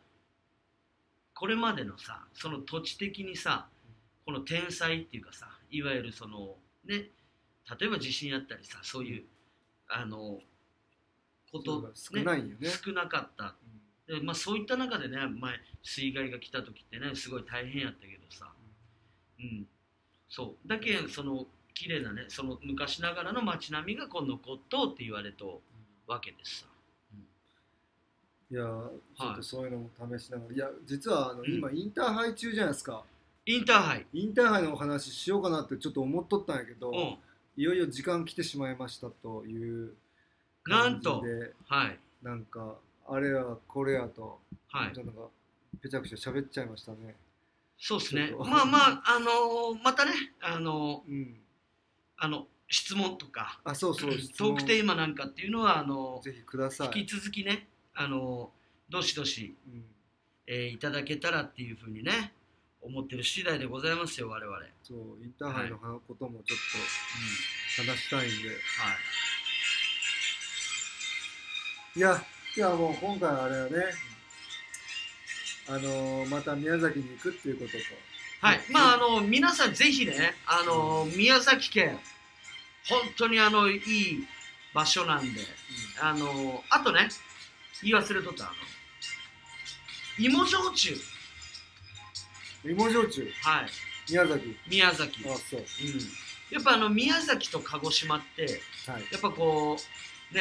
これまでのさその土地的にさこの天才っていうかさいわゆるそのね例えば地震あったりさそういうあのこと、ね、
そうだ少ないんよね
少なかったで、まあ、そういった中でね前水害が来た時ってねすごい大変やったけどさうんそうだけんその綺麗なねその昔ながらの街並みがこう残っとうって言われとわけですさ
いやーちょっとそういうのも試しながら、い、や実はあの、
ん
今インターハイ中じゃないですか
インターハイ
インターハイのお話しようかなってちょっと思っとったんやけど、
うん
いよいよ時間来てしまいましたという
なんと
感じで
はい
なんかあれやこれやと、
はい
ちょっとなんかぺちゃくちゃ喋っちゃいましたね
そうですね
ちょっと
まあまああのーまたねあのー
うん
あの質問とか
あそうそう質
トー
問
クテーマなんかっていうのはあのー
ぜひください
引き続きねあのーどしどし、
うん、
えーいただけたらっていうふうにね思ってる次第でございますよ我々、うん、はい
そうインターハイのこともちょっと話したいんで、い、やじゃあもう今回はあれはねあのーまた宮崎に行くっていうことと
はい、まああの皆さんぜひねあの宮崎県本当にあのいい場所なんであのあとね言い忘れとったあの芋焼酎
芋焼酎
はい
宮崎
宮崎、うん
あ、そう
やっぱあの宮崎と鹿児島って
はい
やっぱこうね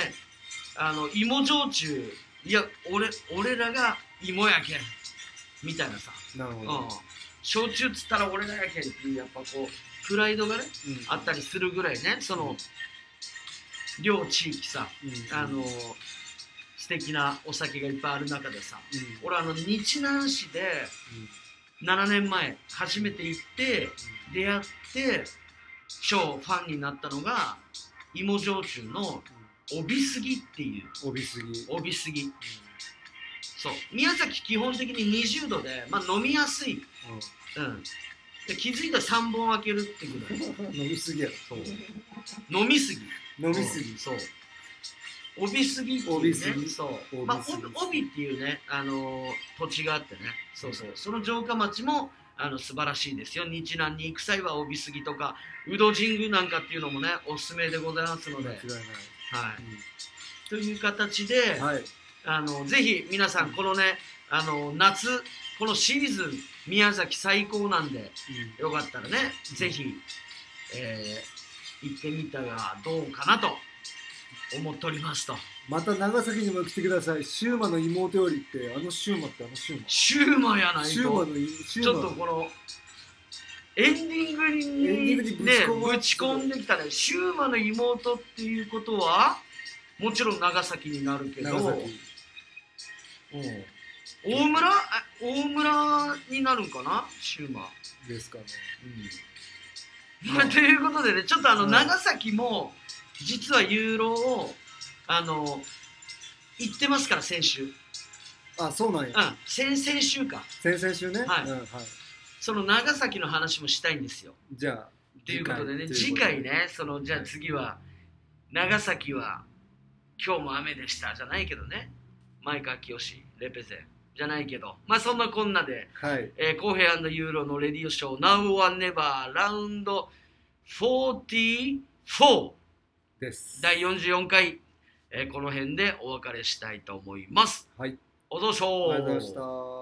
あの芋焼酎いや俺俺らが芋やけんみたいなさ、
なる
う
ほ
ん
ど、
焼酎っつったら俺らやけんっていうやっぱこうプライドがね
うん
あったりするぐらいねその両地域さ
うん
あの素敵なお酒がいっぱいある中でさ俺あの日南市で7年前初めて行って出会って超ファンになったのが芋焼酎の帯杉っていう
うん、帯すぎ、うん
帯杉そう宮崎基本的に20度で、まあ、飲みやすい、うん、で気づいたら3本開けるってぐらい
飲みすぎやろ
そう飲みすぎ
飲みすぎ
そう帯杉っていう
帯
ね
杉
そう
帯
まあ
杉
帯帯っていうねあのー土地があってねそうそうその城下町もあの素晴らしいですよ日南に行く際は帯杉とか宇戸神宮なんかっていうのもねおすすめでございますので、
間
はい
違い、ない、
という形で、
うんはい
あのぜひ皆さんこのねあの夏このシーズン宮崎最高なんでよかったらねぜひ、えー行ってみたらどうかなと思っておりますと。
また長崎にも来てください。シューマの妹よりって、あのシューマってあのシューマ。
シューマやない
シューマ
と
のいシュ
ち
ー
ょっ
マ
とこのエンディング
エンディン
に
グに
ね
ぶち込ま
ぶち込んできたねシューマの妹っていうことはもちろん長崎になるけど
長崎。
うん大村あ大村になるんかなシューマ、
ですかね。
うんまあ、ということでね、ちょっとあの、
うん
長崎も、実はユーロを、あの、行ってますから、先週。うん、
あそうなんや、
先々週か。
先々週ね、
はい
うんはい、
その長崎の話もしたいんですよ。
じゃあ
ということでね、次
次回
回ね、その、じゃあ次は、長崎は、今日も雨でした、じゃないけどね。前川清、レペゼン、じゃないけど。まあ、そんなこんなで、
はい
えー、コーヘイユーロのレディオショー Now or Never ラウンド44
です
第44回、えーこの辺でお別れしたいと思います。
はい
おどうし
あ
ょ
りがとうございました